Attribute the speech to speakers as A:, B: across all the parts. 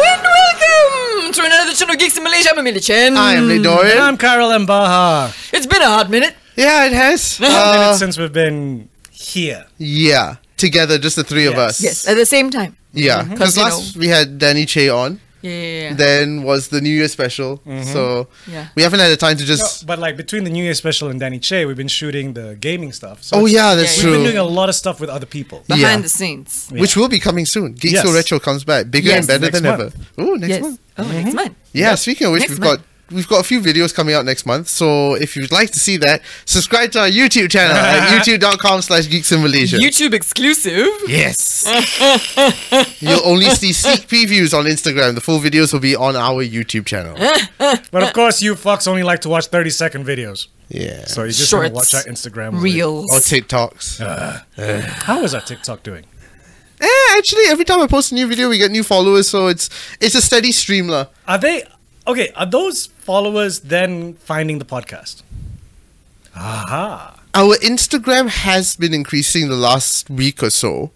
A: Welcome to another edition of Geeks in Malaysia. I'm Amelia Chen.
B: I am Lee Doyle.
C: Mm. And I'm Carol M. Baha.
A: It's been a hot minute.
B: yeah, it has.
C: Ten
B: Uh,
C: minutes since we've been here.
B: yeah, together, just the three of
C: Yes. Mm-hmm.
B: us.
A: Yes, at the same time.
B: Yeah,
A: 'Cause,
B: because
A: you
B: last we had Danny Che on.
A: Yeah, yeah, yeah.
B: Then was the New Year special. So
A: Yeah.
B: we haven't had the time to
C: Mm-hmm. No,
B: just.
C: but like between the New Year special and Danny Che, we've been shooting the gaming stuff. So
B: oh
C: it's-
B: yeah, that's
A: Yeah,
C: we've
B: true.
C: been doing a lot of stuff with other people.
B: Yeah.
A: Behind the scenes.
C: Yeah.
B: Which will be coming soon. Geeks
C: Yes.
B: Will Retro comes back bigger
A: Yes.
B: and better
C: Next
B: than
C: month.
B: ever. Ooh, next
A: yes.
B: month.
A: Oh, next month.
B: Yeah, speaking of which,
A: Next
B: we've
A: month.
B: got we've got a few videos coming out next month. So if you'd like to see that, subscribe to our YouTube channel at youtube.com slash geeks in Malaysia.
A: YouTube exclusive.
B: Yes. You'll only see sneak previews on Instagram. The full videos will be on our YouTube channel.
C: But of course, you fucks only like to watch 30 second videos.
B: Yeah.
C: So you just want to
A: Shorts.
C: watch our Instagram. with it.
A: Reels.
B: or TikToks.
C: How is our TikTok doing?
B: Eh, actually, every time I post a new video, we get new followers. So it's it's a steady stream, lah.
C: Are they. Okay, are those followers then finding the podcast? Aha.
B: Our Instagram has been increasing the last week or so.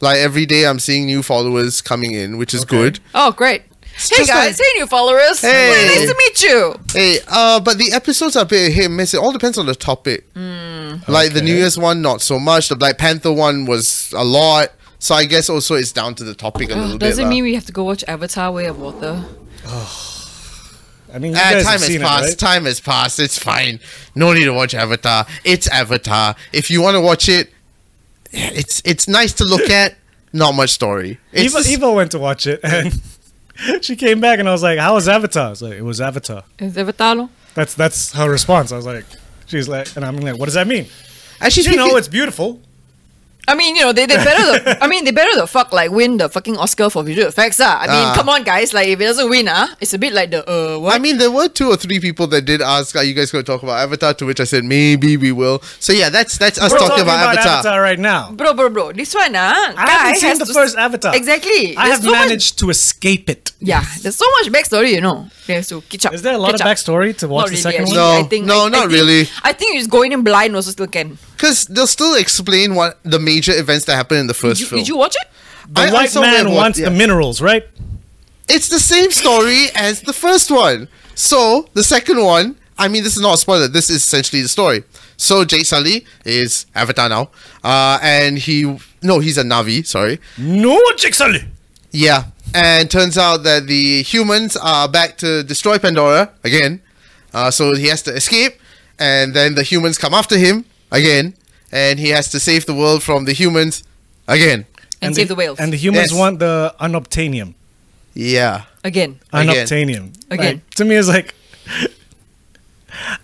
B: Like every day, I'm seeing new followers coming in, which is good.
A: Oh, great. hey
B: just
A: guys,
B: like-
A: hey new followers.
B: Hey.
A: Nice to meet you.
B: Hey, uh, but the episodes are a bit hit and miss. It all depends on the topic.
A: Hmm.
B: Like the New Year's one, not so much. The Black Panther one was a lot. So I guess also it's down to the topic a little bit.
A: Does it
B: lah.
A: mean we have to go watch Avatar Way of Water?
C: I mean, you
B: Ah,
C: guys
B: time
C: have
B: has
C: seen
B: passed.
C: it, right?
B: Time has passed. It's fine. No need to watch Avatar. It's Avatar. If you want to watch it, yeah, it's it's nice to look at. Not much story. It's,
C: Eva, Eva went to watch it and she came back and I was like, "How was Avatar?" I was like, "It was Avatar."
A: Is Avatar? lo?
C: That's that's her response. I was like, "She's like," and I'm like, "What does that mean?"
B: actually,
C: You know,
B: speaking-
C: it's beautiful.
A: I mean, you know, they, they better the, I mean, they better the fuck like win the fucking Oscar for visual effects, ah. I mean,
B: Ah.
A: come on, guys. Like, if it doesn't win, ah, it's a bit like the uh, what?
B: I mean, there were two or three people that did ask, "Are you guys going to talk about Avatar?" To which I said, "Maybe we will." So yeah, that's that's us
C: We're
B: talking, about, Avatar.
C: right now.
A: bro, bro, bro. This one, ah,
C: I
A: guy
C: haven't seen
A: has
C: the
A: to-
C: first Avatar.
A: Exactly.
C: I
A: There's
C: have
A: so much-
C: managed to escape it.
A: Yeah, there's so much backstory, you know. There's to catch up.
C: Is there a lot
A: catch
C: of
A: up.
C: backstory to watch
A: Not
C: the
A: really,
C: second
A: actually.
C: one?
B: No,
A: I think,
B: no,
A: I- I
B: not
A: think-
B: really.
A: I think you just going in blind also still can.
B: Because they'll still explain what the major events that happened in the first
A: Did you,
B: film.
A: did you watch it?
C: The
B: I- I
C: white
B: saw
C: man
B: that one,
C: wants
B: yeah.
C: the minerals, right?
B: it's the same story as the first one. So the second one, I mean, this is not a spoiler. This is essentially the story. So Jake Sully is Avatar now, uh, and he no, he's a Navi. Sorry,
C: No, Jixali.
B: yeah. And turns out that the humans are back to destroy Pandora again. Uh, so he has to escape, and then the humans come after him again, and he has to save the world from the humans again.
A: And, save the, whales
C: And the humans
B: Yes.
C: want the unobtainium.
B: Yeah.
A: again.
C: Uh,
B: Again.
C: Unobtainium.
A: Again.
C: Like, to me, it's like.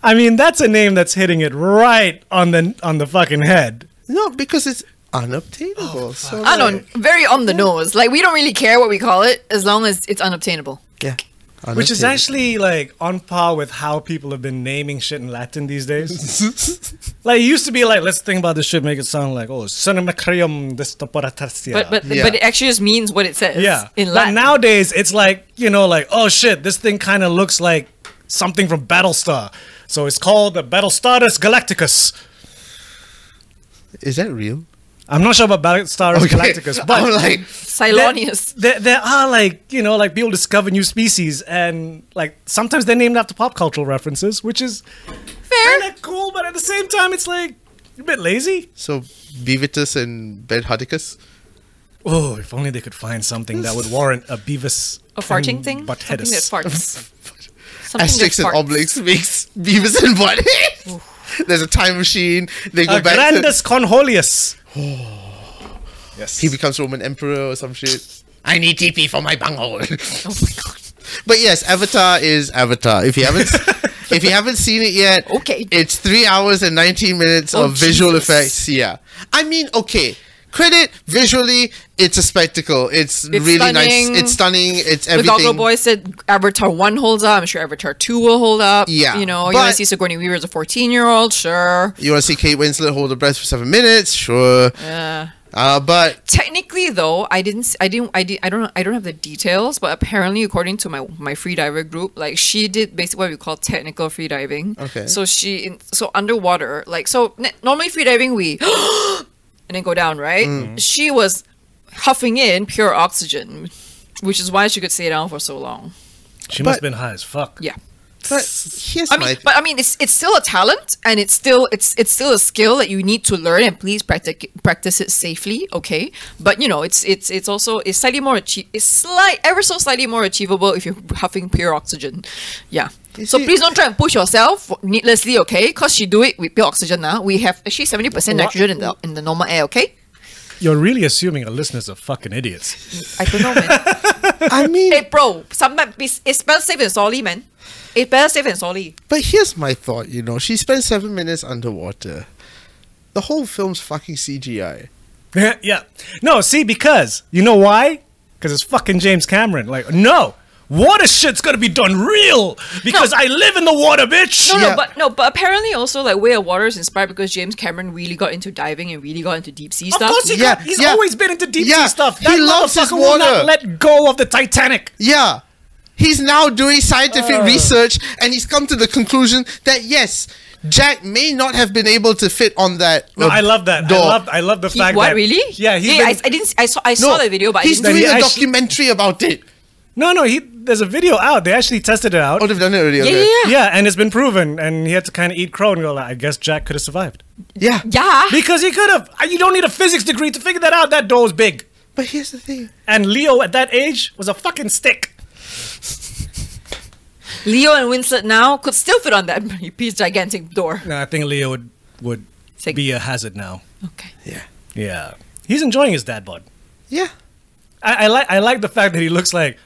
C: I mean, that's a name that's hitting it right on the on the fucking head.
B: No, because it's unobtainable.
C: Oh,
B: so
A: I
B: like-
A: don't very on the nose. Like we don't really care what we call it as long as it's unobtainable.
B: Yeah.
C: Which is actually like on par with how people have been naming shit in Latin these days. like it used to be like, let's think about this shit, make it sound like, oh, cinemacrium destoporatarsia.
A: But but
B: Yeah.
A: but it actually just means what it says.
C: yeah.
A: In
C: But
A: Latin.
C: nowadays it's like, you know, like, oh shit, this thing kind of looks like something from Battlestar. So it's called the Battlestarus Galacticus.
B: Is that real?
C: I'm not sure about Battlestarus Galacticus, but
B: I'm like,
A: Cylonius.
C: There, there are like you know like people discover new species and like sometimes they're named after pop cultural references, which is
A: Fair.
C: kind of cool, but at the same time it's like a bit lazy.
B: so Beavitus and Bedhardicus?
C: Oh, if only they could find something that would warrant a Beavis
A: A farting
C: and
A: thing? Something that
C: Buttheadus.
A: farts. Something
B: Asterix
A: that farts.
B: and Obelix makes Beavis and Butthead. There's a time machine. They go
C: a
B: back to...
C: grandus conholius. yes.
B: He becomes Roman Emperor or some shit. I need TP for my bunghole. oh my god. But yes, Avatar is Avatar. If you haven't... If you haven't seen it yet,
A: Okay.
B: it's three hours and nineteen minutes
A: Oh,
B: of visual
A: Jesus.
B: effects. Yeah, I mean, okay, credit, visually, it's a spectacle. It's, really
A: stunning.
B: nice. It's stunning. It's
A: The
B: everything.
A: Goggle Boy said Avatar 1 holds up. I'm sure Avatar 2 will hold up.
B: Yeah,
A: You know, you want
B: but-
A: to see Sigourney Weaver as a 14 year old? Sure.
B: You want to see Kate Winslet hold her breath for seven minutes? Sure.
A: Yeah.
B: Uh, but
A: Technically, though, I didn't, s- I didn't, I, did, I don't, I don't have the details, but apparently, according to my my free diver group, like she did basically what we call technical free diving.
B: Okay.
A: So she, in, so underwater, like so n- normally free diving we, and then go down, right?
B: Mm.
A: She was huffing in pure oxygen, which is why she could stay down for so long.
C: She
B: But-
C: must have been high as fuck.
A: Yeah.
B: but here's
A: I
B: my
A: mean,
B: thing.
A: but I mean, it's it's still a talent, and it's still it's it's still a skill that you need to learn, and please practice practice it safely, okay? But you know, it's it's it's also it's slightly more achieve it's slight ever so slightly more achievable if you're huffing pure oxygen, yeah.
B: You
A: so
B: see-
A: please don't try and push yourself needlessly, okay? Cause she do it with pure oxygen now. We have actually seventy percent
C: What?
A: nitrogen in the in the normal air, okay?
C: You're really assuming our listeners are fucking idiots.
A: I don't know, man.
B: I mean,
A: hey, bro, sometimes it's, it's better safe than sorry, man. It's better safe than sorry.
B: but here's my thought. You know, she spent seven minutes underwater. The whole film's fucking CGI.
C: yeah. No, see, because you know why? Because it's fucking James Cameron. Like, no, water shit's gonna be done real because I live in the water, bitch.
A: No,
B: Yeah.
A: no, but no, but apparently also like Way of Water is inspired because James Cameron really got into diving and really got into deep sea
C: Of
A: stuff.
C: course he
B: Yeah,
C: got, he's
B: yeah.
C: always been into deep
B: Yeah,
C: sea stuff.
B: he
C: That
B: loves his
C: motherfucker
B: water.
C: will not let go of the Titanic.
B: Yeah. He's now doing scientific
C: Ah.
B: research and he's come to the conclusion that yes, Jack may not have been able to fit on that.
C: No,
B: uh,
C: I love that.
B: door.
C: I love I love the
A: He-
C: fact
A: what
C: that
A: really?
C: Yeah, he's
A: Hey,
C: been-
A: I, I didn't. I saw. I saw the video, but I
B: he's
A: didn't.
C: That
B: doing
C: he
B: a
C: actually-
B: documentary about it.
C: No, no, he there's a video out. They actually tested it out.
B: Oh, they've done it already.
A: yeah,
B: okay.
A: yeah, yeah,
C: yeah, and it's been proven and he had to kind of eat crow and go like, I guess Jack could have survived.
B: yeah,
A: yeah.
C: Because he could have. You don't need a physics degree to figure that out. That door was big.
B: But here's the thing.
C: And Leo at that age was a fucking stick.
A: Leo and Winslet now could still fit on that piece gigantic door.
C: No, I think Leo would would
A: Sick.
C: be a hazard now.
A: Okay.
B: Yeah,
C: Yeah, he's enjoying his dad bod.
B: yeah.
C: I, I like I like the fact that he looks like,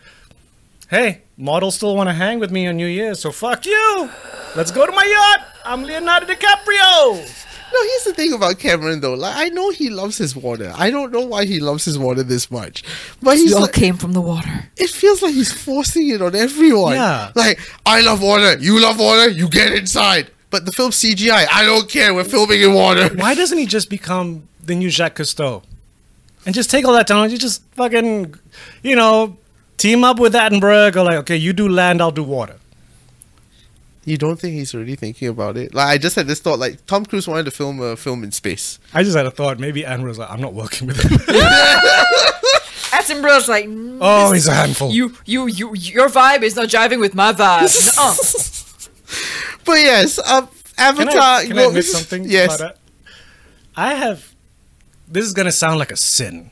C: hey, models still want to hang with me on New Year's, so fuck you. Let's go to my yacht. I'm Leonardo DiCaprio.
B: No, here's the thing about Cameron though. Like, I know he loves his water. I don't know why he loves his water this much, but he's
A: You all
B: like,
A: came from the water.
B: it feels like he's forcing it on everyone.
C: Yeah.
B: Like, I love water. You love water. You get inside. But the film's CGI. I don't care. We're filming in water.
C: Why doesn't he just become the new Jacques Cousteau, and just take all that talent? You just fucking, you know, team up with Attenborough. Go like, okay, you do land, I'll do water.
B: You don't think he's already thinking about it? Like, I just had this thought. Like, Tom Cruise wanted to film a film in space.
C: I just had a thought. Maybe Attenborough's like, I'm not working with him.
A: Attenborough's like, "Mm,
C: oh, he's a handful.
A: you, you, you, your vibe is not jiving with my vibe. Oh. Nuh-uh.
B: But yes, um,
C: Can
B: Avatar.
C: I, can I
B: well,
C: admit something?
B: Yes.
C: about that? I have. This is gonna sound like a sin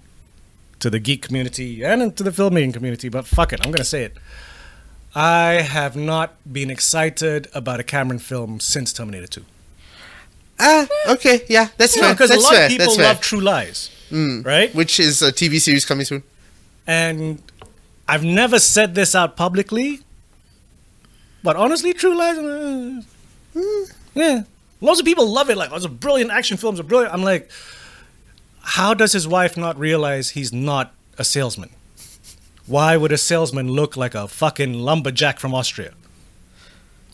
C: to the geek community and to the filmmaking community, but fuck it, I'm gonna say it. I have not been excited about a Cameron film since Terminator 2.
B: Ah, okay. Yeah, that's fair.
C: because a
B: That's
C: lot
B: fair.
C: of people
B: that's fair. Mm.
C: love True Lies, right?
B: Which is a TV series coming soon.
C: And I've never said this out publicly, but honestly, True Lies, uh, yeah, lots of people love it. Like, oh, it's a brilliant action film. It's a brilliant. I'm like, how does his wife not realize he's not a salesman? Why would a salesman look like a fucking lumberjack from Austria?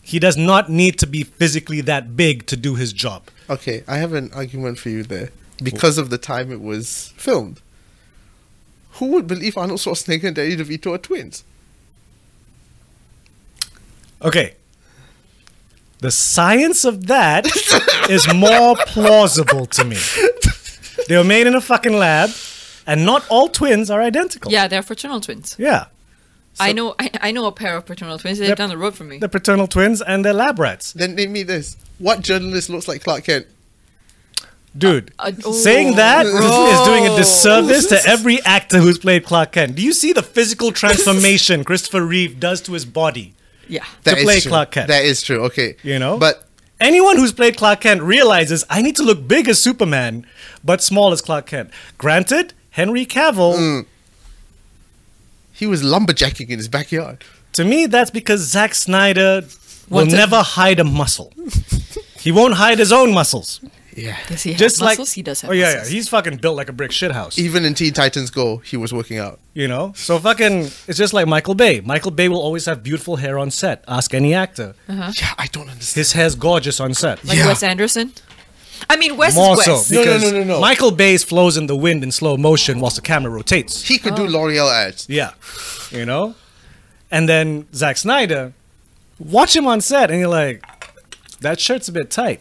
C: He does not need to be physically that big to do his job.
B: Okay, I have an argument for you there because of the time it was filmed. Who would believe Arnold Schwarzenegger and Danny DeVito are twins?
C: Okay. The science of that is more plausible to me. They were made in a fucking lab, and not all twins are identical.
A: Yeah, they're fraternal twins.
C: Yeah.
A: I know. I, I know a pair of fraternal twins. They're
C: Yep.
A: down the road from me.
C: They're paternal twins and they're lab rats.
B: Then name me this. What journalist looks like Clark Kent?
C: Dude,
A: Uh, uh,
C: saying that is
A: bro.
C: doing a disservice to every actor who's played Clark Kent. Do you see the physical transformation Christopher Reeve does to his body?
A: Yeah.
B: That is
C: play
B: true.
C: Clark Kent.
B: That is true. Okay,
C: You know?
B: but
C: anyone who's played Clark Kent realizes I need to look big as Superman, but small as Clark Kent. Granted, Henry Cavill,
B: Mm. he was lumberjacking in his backyard.
C: to me, that's because Zack Snyder will
A: Wants it-
C: never hide a muscle. he won't hide his own muscles.
B: Yeah.
A: Does he have
C: Just
A: muscles?
C: like
A: he does have
C: oh yeah, yeah,
A: muscles.
C: he's fucking built like a brick shit house.
B: Even in Teen Titans Go, he was working out.
C: You know, so fucking it's just like Michael Bay. Michael Bay will always have beautiful hair on set. Ask any actor.
B: Yeah, I don't understand.
C: His hair's gorgeous on set.
A: Uh-huh. like
B: Yeah.
A: Wes Anderson. I mean, Wes
C: More
A: is Wes.
C: so
B: No, no,
C: because
B: no, no, no.
C: Michael Bay's flows in the wind in slow motion whilst the camera rotates.
B: He could do L'Oreal ads.
C: Yeah, you know, and then Zack Snyder, watch him on set, and you're like, that shirt's a bit tight.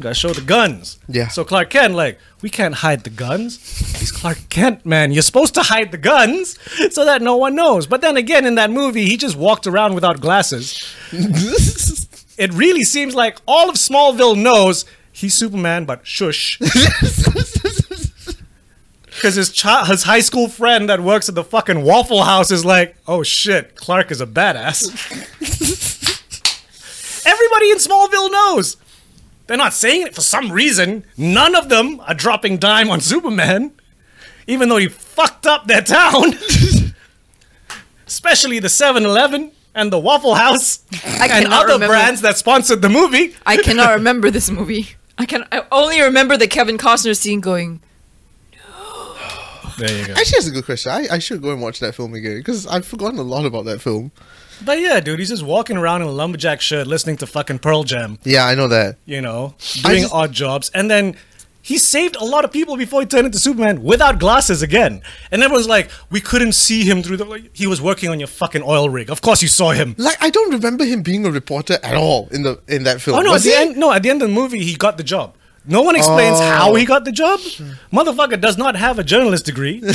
C: Gotta show the guns.
B: Yeah.
C: So Clark Kent, like, we can't hide the guns. He's Clark Kent, man. You're supposed to hide the guns so that no one knows. But then again, in that movie, he just walked around without glasses. It really seems like all of Smallville knows he's Superman, but shush. Because his child, his high school friend that works at the fucking Waffle House is like, oh shit, Clark is a badass. Everybody in Smallville knows. They're not saying it for some reason. None of them are dropping dime on Superman, even though he fucked up their town. Especially the 7 Eleven and the Waffle House and
A: cannot
C: other
A: remember-
C: brands that sponsored the movie.
A: I cannot remember this movie. I can I only remember the Kevin Costner scene going.
C: There you go.
B: Actually, that's a good question. I, I should go and watch that film again because I've forgotten a lot about that film.
C: But yeah, dude, he's just walking around in a lumberjack shirt listening to fucking Pearl Jam.
B: Yeah, I know that.
C: you know,
B: I
C: doing
B: just-
C: odd jobs. And then he saved a lot of people before he turned into Superman without glasses again. And everyone's like, we couldn't see him through the. Like, he was working on your fucking oil rig. Of course you saw him.
B: Like, I don't remember him being a reporter at all in the in that film.
C: Oh no! At
B: Was
C: the
B: he?
C: end, no. At the end of the movie, he got the job. No one explains
B: Oh.
C: how he got the job. Motherfucker does not have a journalist degree.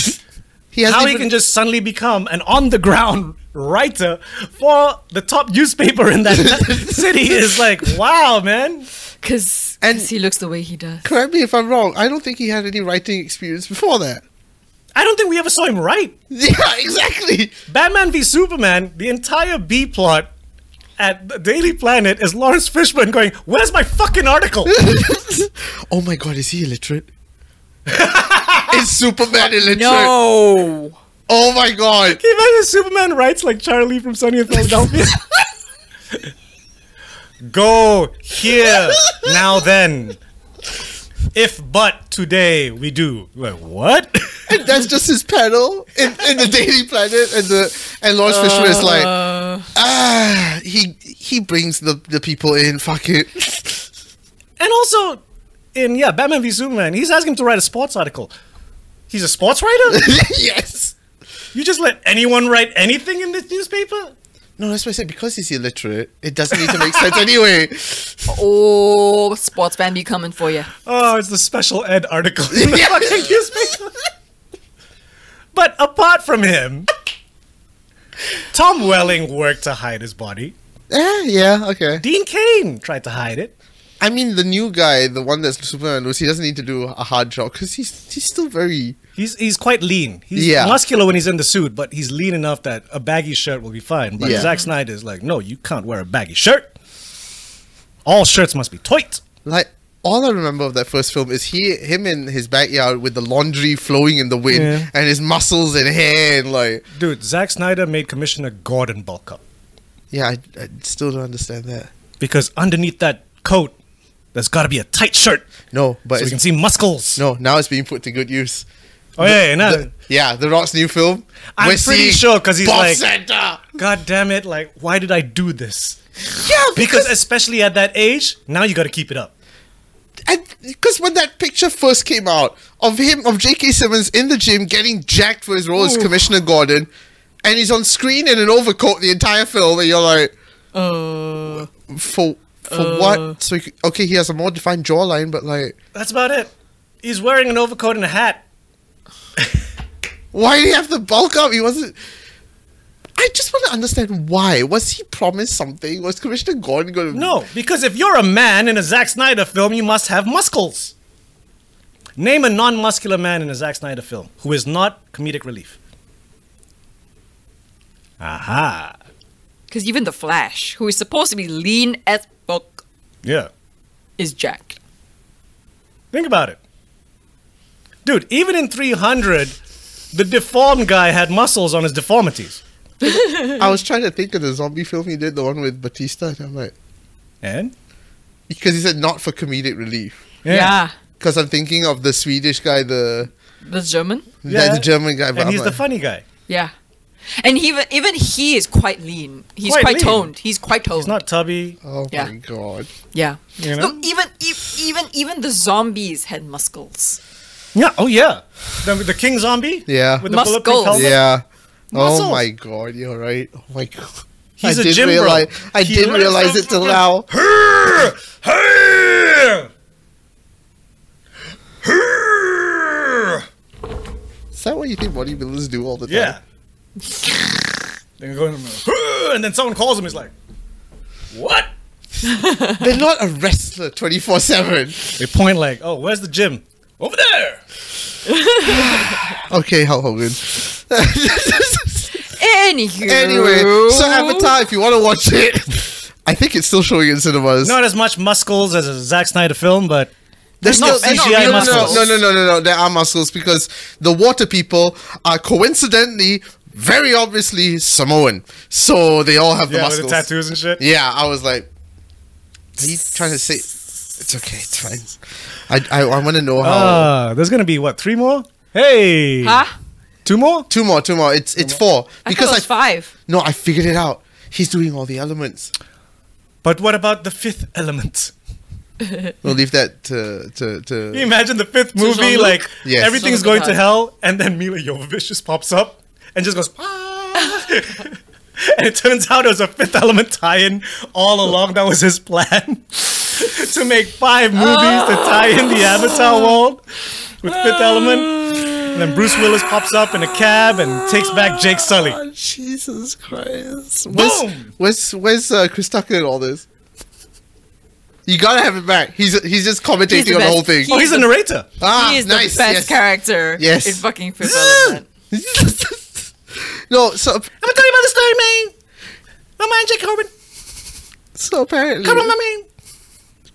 B: He has
C: how he can just suddenly become an on-the-ground writer for the top newspaper in that city is like, wow, man.
A: Because
B: And-
A: he looks the way he does.
B: Correct me if I'm wrong. I don't think he had any writing experience before that.
C: I don't think we ever saw him write.
B: Yeah, exactly.
C: Batman v Superman, the entire B plot at the Daily Planet is Lawrence Fishburne going, Where's my fucking article?
B: oh my god, is he illiterate? is Superman illiterate?
A: No.
B: Oh my god.
C: Can you imagine Superman writes like Charlie from Sunny in Philadelphia? Go here, now then. If but today we do. Like, what?
B: And that's just his panel in, in the Daily Planet and the and Lawrence Fishburne is like Ah he he brings the, the people in, fuck it.
C: And also, in yeah, Batman v Superman, he's asking him to write a sports article. He's a sports writer?
B: yes.
C: you just let anyone write anything in this newspaper?
B: No, that's why I said because he's illiterate, it doesn't need to make sense anyway.
A: Oh, sports fan be coming for you.
C: Oh, it's the special ed article. in the
B: Yeah.
C: fucking newspaper. but apart from him, Tom Welling worked to hide his body.
B: Eh, yeah, okay.
C: Dean Kane tried to hide it.
B: I mean, the new guy, the one that's Superman, was he doesn't need to do a hard job because he's he's still very
C: He's he's quite lean. He's
B: Yeah.
C: muscular when he's in the suit, but he's lean enough that a baggy shirt will be fine. But
B: Yeah.
C: Zack Snyder is like, no, you can't wear a baggy shirt. All shirts must be tight.
B: like. All I remember of that first film is he, him in his backyard with the laundry flowing in the wind
C: Yeah.
B: and his muscles and hair and like,
C: Dude, Zack Snyder made Commissioner Gordon bulk up
B: yeah, I, I still don't understand that.
C: because underneath that coat, there's got to be a tight shirt
B: No, but
C: so we
B: it's,
C: can see muscles.
B: no, now it's being put to good use.
C: Oh yeah, yeah, no.
B: The- yeah, The Rock's new film.
C: I'm pretty
B: seeing
C: sure 'cause he's
B: Bob
C: like-
B: Santa.
C: God damn it! Like, why did I do this?
B: Yeah,
C: Because especially at that age, now you got to keep it up.
B: because when that picture first came out of him of J.K. Simmons in the gym getting jacked for his role as Commissioner Gordon, and he's on screen in an overcoat the entire film, and you're like,
A: Uh,
B: for for what? So he c- okay, he has a more defined jawline, but like,
C: That's about it. He's wearing an overcoat and a hat.
B: why did he have to bulk up? He wasn't. I just want to understand why. Was he promised something? Was Commissioner Gordon going to?
C: No, because if you're a man in a Zack Snyder film, you must have muscles. Name a non-muscular man in a Zack Snyder film who is not comedic relief. Aha.
A: Because even the Flash, who is supposed to be lean as fuck,
C: Yeah.
A: is jacked.
C: Think about it. Dude, even in 300, the deformed guy had muscles on his deformities.
B: I was trying to think of the zombie film he did, the one with Batista, and I'm like,
C: And?
B: because he said not for comedic relief.
A: Yeah.
B: Because I'm thinking of the Swedish guy, the
A: The German.
B: yeah. the German guy. but
C: and
B: I'm
C: he's the
B: like-
C: funny guy.
A: Yeah. And even even he is quite lean. He's
C: Quite
A: quite,
C: lean.
A: toned. He's quite toned.
C: He's not tubby.
B: Oh
A: Yeah.
B: my god!
A: yeah.
C: You know?
A: Look, even e- even even the zombies had muscles.
C: Yeah. Oh yeah. The, the king zombie.
B: Yeah.
C: With the
A: Muscles.
C: bulletproof helmet.
B: Yeah.
C: Oh, Muscles.
B: Oh my god! You're right. Oh my god.
C: He's
B: I
C: a
B: didn't
C: gym bro.
B: realize, I
C: He
B: didn't
C: learns
B: realize
C: from
B: it till
C: fucking-
B: now. Is that what you think bodybuilders do all the time?
C: Yeah. Then go in the middle, and then someone calls him. He's like, "What?"
B: They're not a wrestler 24 7.
C: They point like, "Oh, where's the gym?" Over there.
B: Okay, Hulk Hogan.
A: Anywho.
B: anyway, so Avatar, if you want to watch it, I think it's still showing in cinemas.
C: Not as much muscles as a Zack Snyder film, but
B: There's
A: no- there's no
B: CGI
A: real
B: muscles.
A: muscles.
B: No, no, no, no, no. There are muscles because the water people are coincidentally, very obviously Samoan. So they all have the
C: yeah, with the
B: muscles.
C: tattoos and shit.
B: Yeah, I was like, are you trying to say it's okay? It's fine. I, I, I want to know how.
C: Uh, there's gonna be what three more? Hey,
A: Huh?
C: two more?
B: two more, two more. It's it's four
A: I because
B: because
A: thought it
B: I
A: was five.
B: no, I figured it out. He's doing all the elements.
C: But what about the fifth element?
B: We'll leave that to to
C: Can you
B: to.
C: imagine the fifth movie?
A: Jean-Luc?
C: Like
B: Yes.
C: everything's
A: Jean-Luc
C: going to
A: Godard.
C: hell, and then Mila Jovovich just pops up and just goes. "Ah." and it turns out it was a Fifth Element tie-in all along. That was his plan to make five movies to tie in the Avatar world with Fifth Element. And then Bruce Willis pops up in a cab and takes back Jake Sully.
B: Oh, Jesus Christ!
C: Boom!
B: Where's where's, where's uh, Chris Tucker in all this? You gotta have it back. He's he's just commentating
A: the
B: on the
A: best.
B: whole thing.
A: He-
C: Oh, he's a narrator.
B: ah,
A: he is
B: nice.
A: the best
B: yes.
A: character
B: Yes.
A: in fucking Fifth Element.
B: no, so
C: I'm gonna tell you about the story, man. My man, Jake Corbin.
B: so apparently.
C: Come on, my man.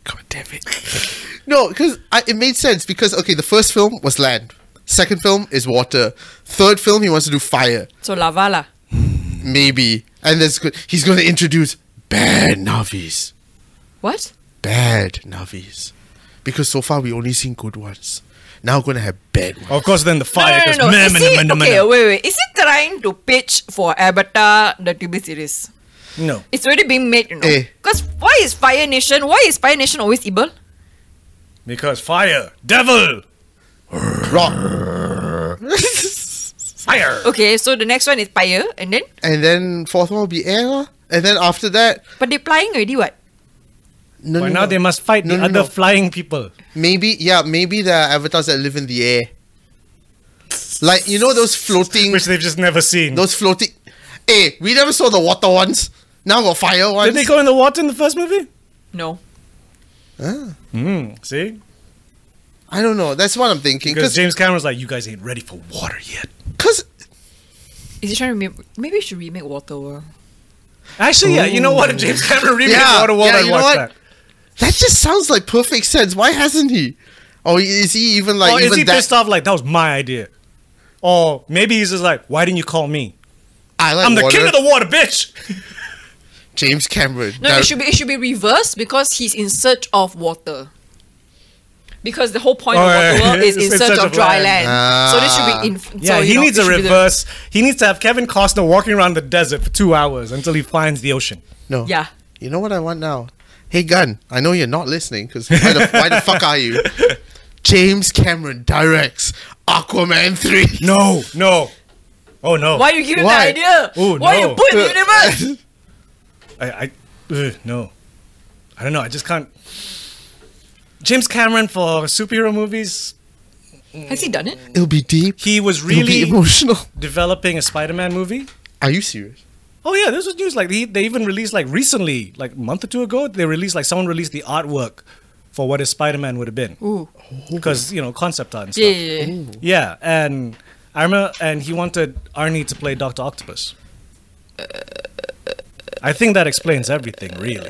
B: God damn it. No, because it made sense because okay, the first film was land. Second film is water. Third film, he wants to do fire,
A: So Lavala.
B: maybe. And that's good. He's going to introduce bad navis,
A: What?
B: bad navis, because so far we only seen good ones. Now we're going to have bad ones.
C: Of course, then the
A: No,
C: fire.
A: no,
C: 'cause
A: no, no.
C: man,
A: Is
C: man,
A: he,
C: man, man,
A: okay,
C: man.
A: wait, wait. Is he trying to pitch for Avatar the TV series?
C: No.
A: It's already being made, you know.
B: Eh.
A: Because why is Fire Nation? Why is Fire Nation always evil?
C: Because fire, devil,
B: Rock.
C: fire.
A: Okay, so the next one is Fire, and then
B: and then fourth one will be air, lah. and then after that,
A: but they're flying already. What?
B: no,
C: But
B: no,
C: now
B: no.
C: they must fight
B: No,
C: the
B: no,
C: other
B: no.
C: flying people.
B: Maybe yeah, maybe there are avatars that live in the air, like you know those floating
C: Which they've just never seen.
B: Those floating. Hey, we never saw the water ones. Now got fire ones.
C: Did they go in the water in the first movie?
A: No.
B: Ah,
C: Mm, see?
B: I don't know. That's what I'm thinking. Because
C: Because James Cameron's like, you guys ain't ready for water yet.
A: Is he trying to remake? Maybe we should remake Water World.
C: Actually, yeah, you know what? If James Cameron remade
B: Yeah,
C: Water World,
B: yeah,
C: I'd
B: you know
C: watch
B: what?
C: that.
B: that just sounds like perfect sense. Why hasn't he? Or is he even like
C: or
B: even
C: Oh, is he
B: that?
C: pissed off like, that was my idea? Or maybe he's just like, why didn't you call me?
B: I like
C: I'm the
B: water.
C: king of the water, bitch!
B: James Cameron.
A: No,
B: That-
A: it should be it should be reversed because he's in search of water. Because the whole point of
C: Alright,
A: Water World is
C: it's
A: in search of dry land.
B: land.
A: So this should be in.
C: Yeah,
A: so,
C: he
A: you know,
C: needs
A: it
C: a
A: should be the-
C: reverse. He needs to have Kevin Costner walking around the desert for two hours until he finds the ocean.
B: no.
A: Yeah.
B: You know what I want now? Hey, Gun. I know you're not listening because why the, why the fuck are you? James Cameron directs Aquaman three.
C: No, no. Oh no.
A: Why you give him
B: Why?
A: that idea?
C: Ooh,
A: Why
C: no.
A: you put in the universe?
C: I, I ugh, no. I don't know. I just can't. James Cameron for superhero movies,
A: Has he done it?
B: It'll be deep.
C: he was
B: It'll be
C: really
B: emotional.
C: developing a Spider-Man movie.
B: Are you serious?
C: Oh yeah, this was news. Like they, they even released like recently, like a month or two ago, they released like someone released the artwork for what a Spider-Man would have been.
A: Ooh.
C: Because you know concept art and stuff.
A: Yeah, yeah, yeah.
C: Yeah, and I remember, and he wanted Arnie to play Doctor Octopus. I think that explains everything, really.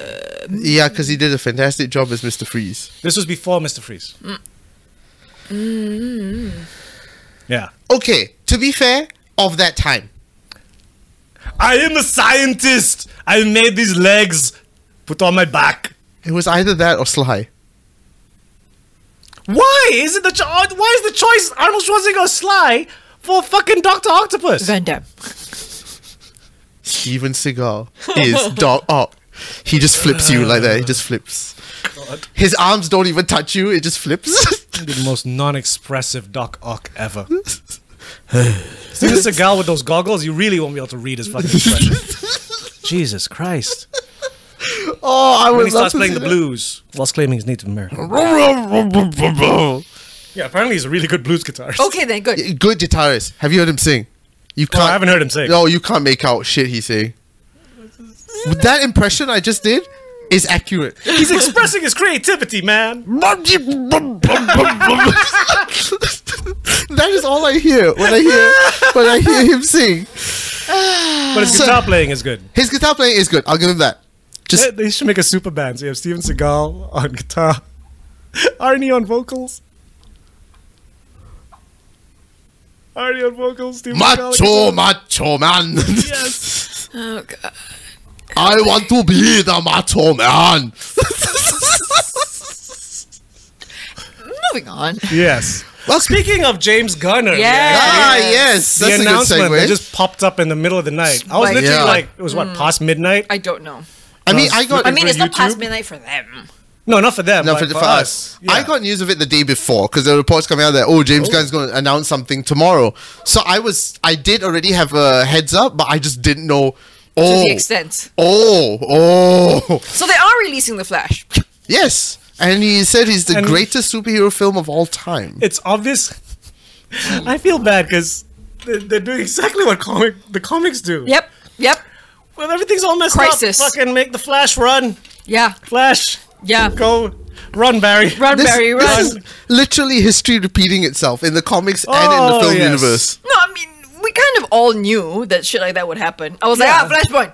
B: Yeah, because he did a fantastic job as Mr. Freeze.
C: This was before Mr. Freeze. Yeah.
B: okay, to be fair, of that time.
C: I am a scientist. I made these legs. Put on my back.
B: It was either that or Sly.
C: Why is it the cho- why is the choice Arnold Schwarzenegger or Sly for fucking Doctor Octopus?
A: Van Damme.
B: Steven Seagal is Doc Ock. He just flips you like that. He just flips. His arms don't even touch you. It just flips.
C: the most non-expressive Doc Ock ever. Steven Seagal with those goggles, you really won't be able to read his fucking expression. Jesus Christ!
B: oh, I
C: When
B: would
C: he
B: love
C: starts
B: to
C: playing the
B: see
C: blues whilst claiming his native American.
B: that.
C: Yeah, apparently he's a really good blues guitarist.
A: Okay, then good.
B: Good guitarist. Have you heard him sing? You
C: Well,
B: can't.
C: Oh, I haven't heard him sing.
B: No, you can't make out shit he's saying. that impression I just did is accurate.
C: He's expressing his creativity, man.
B: that is all I hear when I hear when I hear him sing.
C: But his
B: So-
C: guitar playing is good.
B: His guitar playing is good. I'll give him that.
C: They,
B: Just
C: they should make a super band. So you have Steven Seagal on guitar, Arnie on vocals. Arnie on vocals, Steven Seagal.
B: macho, macho man.
C: Yes.
A: Oh, God.
B: I want to be the macho man.
A: Moving on.
C: Yes.
B: Well,
C: Speaking of James Gunner.
A: Yeah.
B: ah yes,
C: The
B: that's a good
C: announcement that
B: segue.
C: just popped up in the middle of the night. I was
A: Like-
C: literally
B: Yeah. Mm.
C: like, it was what, past midnight?
A: I don't know.
B: I mean, I got
A: I mean,
C: for
A: it's not past
C: YouTube?
A: midnight for them.
C: no, not for them.
B: No,
C: like,
B: for, for us. I
C: Yeah.
B: got news of it the day before because the reports coming out that oh James Gunn's going to announce something tomorrow. So I was I did already have a heads up, but I just didn't know. Oh,
A: the extent.
B: Oh, oh,
A: So they are releasing the Flash.
B: yes. And he said he's the
C: And-
B: greatest superhero film of all time.
C: it's obvious. I feel bad because they're, they're doing exactly what comic the comics do.
A: Yep. Yep.
C: Well, everything's all messed
A: Crisis.
C: up. Fucking make the Flash run.
A: Yeah.
C: Flash.
A: Yeah.
C: Go. Run, Barry.
A: Run,
B: This,
A: Barry.
B: this
A: Run.
B: is literally history repeating itself in the comics and in the
C: Oh,
B: film
C: yes.
B: universe.
A: No, I mean, we kind of all knew that shit like that would happen. I was like,
C: Yeah.
A: ah, Flashpoint.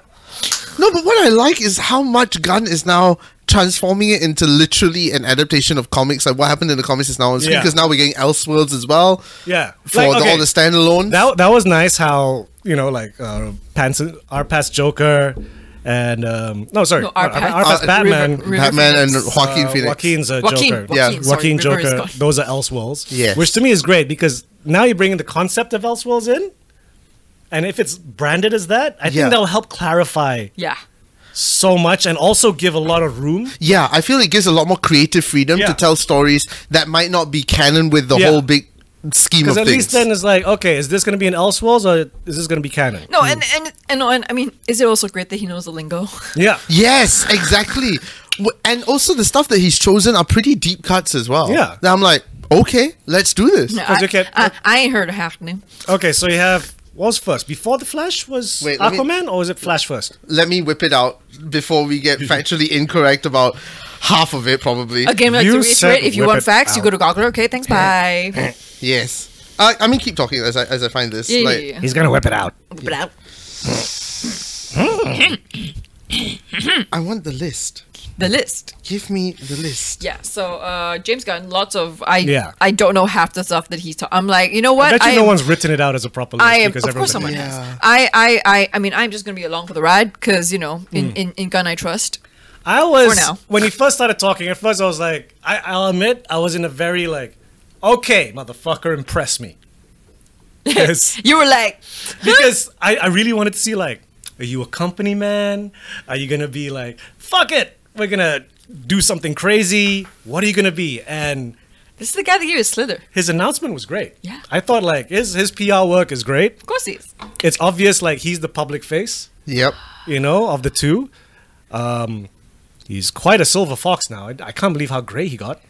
B: No, but what I like is how much Gunn is now transforming it into literally an adaptation of comics. Like what happened in the comics is now on screen
C: Yeah.
B: because now we're getting Elseworlds as well.
C: Yeah.
B: For
C: Like,
B: the,
C: okay,
B: all the standalone.
C: that, that was nice how, you know, like uh, Pants, our past Joker and, um, no, sorry.
A: No, Our
C: not
A: Past-
C: our past
B: Uh,
C: Batman.
A: River- River
B: Batman and
A: Phoenix.
B: Joaquin
C: uh,
B: Phoenix.
C: Joaquin's a
A: Joaquin,
C: Joker.
A: Joaquin,
B: Yeah.
A: sorry,
C: Joaquin
A: River is
C: Joker.
A: gone.
C: Those are Elseworlds.
B: Yes.
C: Which to me is great because now you're bringing the concept of Elseworlds in. And if it's branded as that, I think
B: Yeah.
C: that'll help clarify
A: Yeah.
C: so much and also give a lot of room.
B: Yeah, I feel it gives a lot more creative freedom
C: Yeah.
B: to tell stories that might not be canon with the
C: Yeah.
B: whole big scheme of
C: Because at
B: things.
C: least then it's like, okay, is this going to be an Elseworlds or is this going to be canon?
A: No, and and and, no, and I mean, is it also great that he knows the lingo?
C: Yeah.
B: yes, exactly. W- And also the stuff that he's chosen are pretty deep cuts as well.
C: Yeah.
B: That I'm like, okay, let's do this.
A: No,
C: Cause
A: I,
C: you can't-
A: I, I ain't heard of half name.
C: Okay, so you have what was first before the Flash was
B: Wait, let me-
C: Aquaman or was it Flash first?
B: Let me whip it out before we get factually incorrect about half of it probably.
A: Again, like,
C: You
A: to
C: said
A: reiterate, if you
C: whip
A: want
C: it
A: facts, you go
C: out.
A: to Goggler. Okay, thanks. Bye. Blah,
B: Yes. I, I mean keep talking as I as I find this.
A: Yeah, yeah,
B: like
A: yeah.
C: He's gonna whip it out.
A: blah.
B: I want the list.
A: The list.
B: Give me the list.
A: Yeah. So uh, James Gunn, lots of I.
C: Yeah.
A: I don't know half the stuff that he's. Ta- I'm like, you know what?
C: I bet you no
A: am-
C: one's written it out as a proper list
A: I am,
C: because
A: of course, someone
C: everyone's like,
B: Yeah.
A: has. I, I, I, I mean, I'm just gonna be along for the ride because you know, in,
C: Hmm.
A: in, in gun I trust.
C: I was
A: For now.
C: when he first started talking. At first, I was like, I, I'll admit, I was in a very like, okay, motherfucker, impress me, because
A: You were like,
C: because I, I really wanted to see like, are you a company man? Are you gonna be like, fuck it, we're gonna do something crazy? What are you gonna be? And
A: this is the guy that gave you Slither.
C: his announcement was great.
A: Yeah.
C: I thought like his his PR work is great.
A: Of course he is.
C: It's obvious like he's the public face,
B: Yep.
C: you know, of the two. Um, he's quite a silver fox now. I, I can't believe how gray he got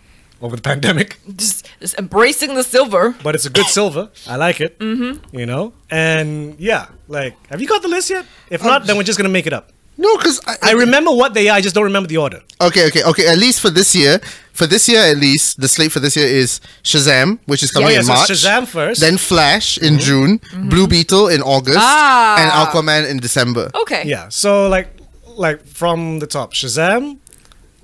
C: over the pandemic,
A: Just, just embracing the silver.
C: but it's a good silver. I like it. Mm-hmm. You know, and yeah, like have you got the list yet? If
A: Um,
C: not, then we're just gonna make it up.
B: No, because
C: I remember what they are. I just don't remember the order.
B: Okay, okay, okay. At least for this year, for this year at least, the slate for this year is Shazam, which is coming
C: Yeah, yeah,
B: in
C: so
B: March.
C: Shazam first.
B: then Flash in June, Blue Beetle in
A: Mm-hmm.
B: August,
A: Ah.
B: and Aquaman in December.
A: Okay.
C: Yeah. So like like from the top, Shazam.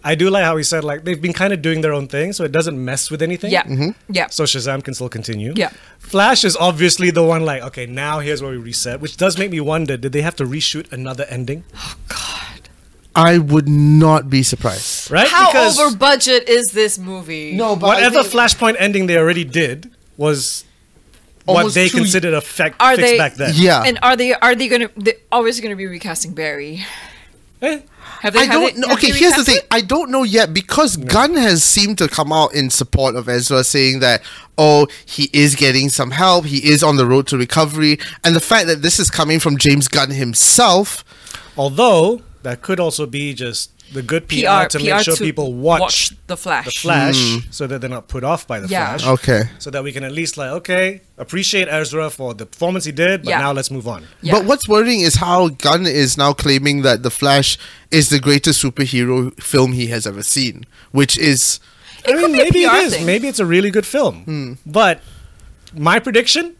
C: I do like how he said like they've been kind of doing their own thing, so it doesn't mess with anything.
A: Yeah. Mm-hmm. Yeah.
C: Mm-hmm. So Shazam can still continue.
A: Yeah.
C: Flash is obviously the one like, okay, now here's where we reset, which does make me wonder, did they have to reshoot another ending?
A: God.
B: I would not be surprised.
C: right?
A: How
C: because
A: over budget is this movie?
B: No, but
C: whatever
B: I think
C: Flashpoint ending they already did was what
B: almost
C: they
B: two-
C: considered a fact
A: Are
C: fix
A: they-
C: back then.
B: Yeah.
A: And are they are they gonna they always gonna be recasting Barry?
C: Eh,
A: Have they?
B: I
A: have
B: don't
A: they-
B: know.
A: have
B: Okay,
A: they
B: here's the
A: recast
B: thing.
A: it?
B: I don't know yet because Gunn has seemed to come out in support of Ezra, saying that oh he is getting some help, he is on the road to recovery, and the fact that this is coming from James Gunn himself.
C: Although that could also be just the good PR, to make sure people watch,
A: the Flash.
C: the Flash so that they're not put off by the
A: Yeah.
C: Flash.
B: Hmm. Okay.
C: So that we can at least like okay, appreciate Ezra for the performance he did, but
A: Yeah.
C: now let's move on.
A: Yeah.
B: But what's worrying is how Gunn is now claiming that the Flash is the greatest superhero film he has ever seen, which is
A: It
C: I
A: could
C: mean,
A: be a
C: maybe
A: PR
C: it is.
A: thing. Hmm.
C: Maybe it's a really good film. But my prediction,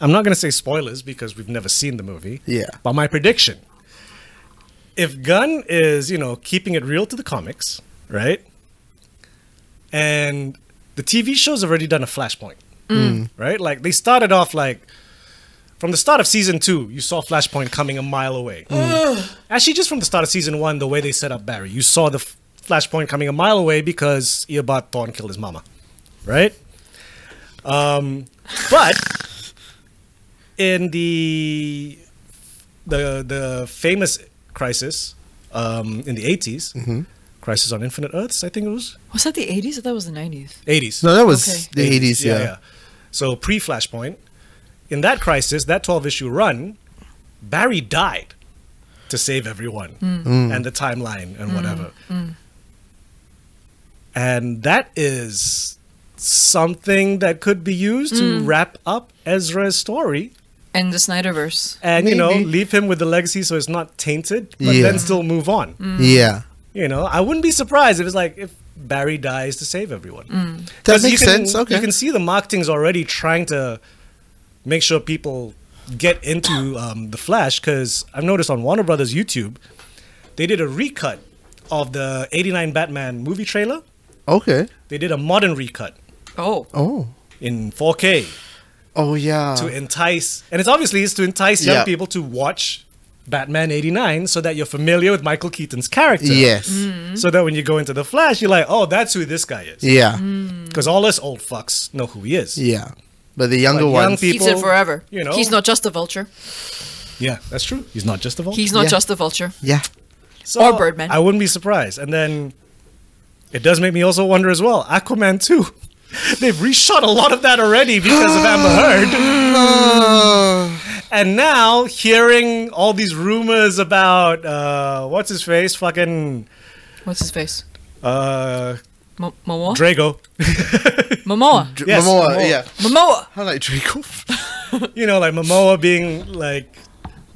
C: I'm not going to say spoilers because we've never seen the movie.
B: Yeah.
C: But my prediction, if Gunn is you know keeping it real to the comics, right, and the TV shows have already done a flashpoint, right? Like they started off like. From the start of season two, you saw Flashpoint coming a mile away. Actually, just from the start of season one, the way they set up Barry, you saw the f- flashpoint coming a mile away because Eobard Thorn killed his mama, right? Um, but in the the the famous crisis um, in the 80s
B: Mm-hmm.
C: crisis on Infinite Earths, I think it was
A: Mm. Was that the 80s or that was the 90s?
C: eighties.
B: no, that was
A: Okay.
B: the eighties. Yeah.
C: So pre Flashpoint, in that crisis, that twelve issue run, Barry died to save everyone
B: Hmm.
C: and the timeline and whatever. And that is something that could be used to wrap up Ezra's story
A: And the Snyderverse.
C: and you know
B: Maybe.
C: leave him with the legacy so it's not tainted, but
B: Yeah.
C: then still move on.
A: Mm.
B: yeah.
C: You know, I wouldn't be surprised if it's like if Barry dies to save everyone.
B: That
C: 'Cause you
B: makes
C: can-
B: sense, okay.
C: you can see the marketing's already trying to make sure people get into um, the Flash because I've noticed on Warner Brothers YouTube they did a recut of the '89 Batman movie trailer.
B: Okay.
C: They did a modern recut
A: Oh.
B: Oh.
C: in 4K
B: Oh yeah.
C: to entice, and it's obviously it's to entice young
B: Yeah.
C: people to watch Batman '89 so that you're familiar with Michael Keaton's character.
B: Yes.
A: Mm.
C: So that when you go into the Flash, you're like, oh, that's who this guy is.
B: Yeah.
A: Mm.
C: Because all us old fucks know who he is.
B: Yeah. But the younger
C: Like, young
B: ones.
A: He's it
C: people,
A: forever.
C: you know.
A: He's not just a vulture.
C: Yeah, that's true. He's not just a Vulture.
A: He's not
B: Yeah.
A: just a vulture.
B: yeah.
C: So,
A: or Birdman.
C: I wouldn't be surprised. And then it does make me also wonder as well Aquaman 2. They've reshot a lot of that already because of Amber Heard. and now, hearing all these rumors about uh, what's his face? Fucking
A: What's his face?
C: uh,
A: Mo- Momoa?
C: Drago.
A: Momoa.
B: Dr-
C: Yes,
B: Momoa,
C: Momoa.
B: Yeah.
A: Momoa.
B: I like Draco.
C: you know, like Momoa being like,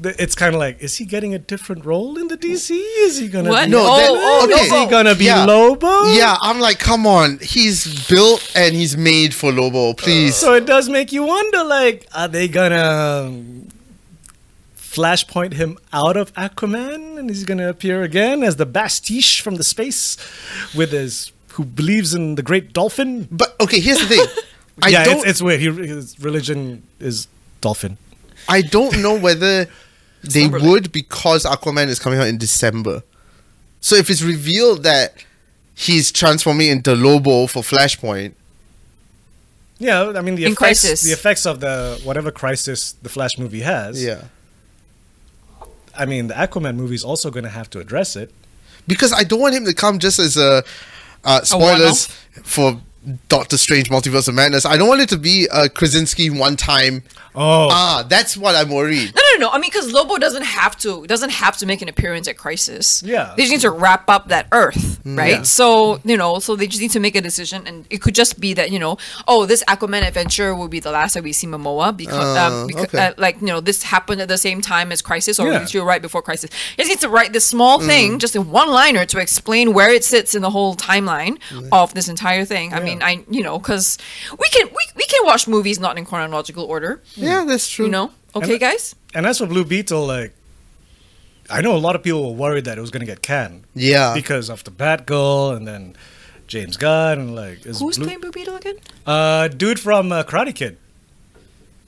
C: th- it's kind of like, is he getting a different role in the DC? Is he gonna
A: What?
C: be?
A: No,
B: that-
A: Oh, oh,
B: okay.
C: is he gonna be
B: Yeah.
C: Lobo?
B: Yeah, I'm like, come on. He's built and he's made for Lobo. Please.
C: Uh, So it does make you wonder, like, are they gonna um, flashpoint him out of Aquaman, and he's gonna appear again as the Bastiche from the space with his who believes in the great dolphin?
B: but okay, here's the thing. I
C: yeah,
B: don't.
C: it's, it's weird. He, his religion is dolphin.
B: I don't know whether they
A: not really-
B: would because Aquaman is coming out in December. So if it's revealed that he's transforming into Lobo for Flashpoint,
C: Yeah, I mean the
A: In
C: effects,
A: Crisis.
C: the effects of the whatever crisis the Flash movie has.
B: yeah.
C: I mean, the Aquaman movie is also going to have to address it.
B: Because I don't want him to come just as a uh, spoilers for Doctor Strange Multiverse of Madness. I don't want it to be a Krasinski one time.
C: Oh,
B: Ah, that's what I'm worried.
A: No, no, no. I mean, because Lobo doesn't have to doesn't have to make an appearance at Crisis.
C: Yeah.
A: they just need to wrap up that Earth, right?
C: Yeah.
A: So you know, so they just need to make a decision, and it could just be that you know, oh, this Aquaman adventure will be the last that we see Momoa because,
B: Uh,
A: um, because
B: okay.
A: uh, like you know, this happened at the same time as Crisis, or
C: Yeah.
A: literally right before Crisis. It just needs to write this small thing, just in one liner, to explain where it sits in the whole timeline of this entire thing. I mean, I you know, because we can we, we can watch movies not in chronological order,
B: Yeah, that's true.
A: you know. Okay,
C: I-
A: guys.
C: and as for Blue Beetle, like, I know a lot of people were worried that it was going to get canned.
B: Yeah.
C: Because of the Batgirl and then James Gunn and like is
A: Who's
C: Blue-
A: playing Blue Beetle again?
C: Uh, dude from uh, Karate Kid.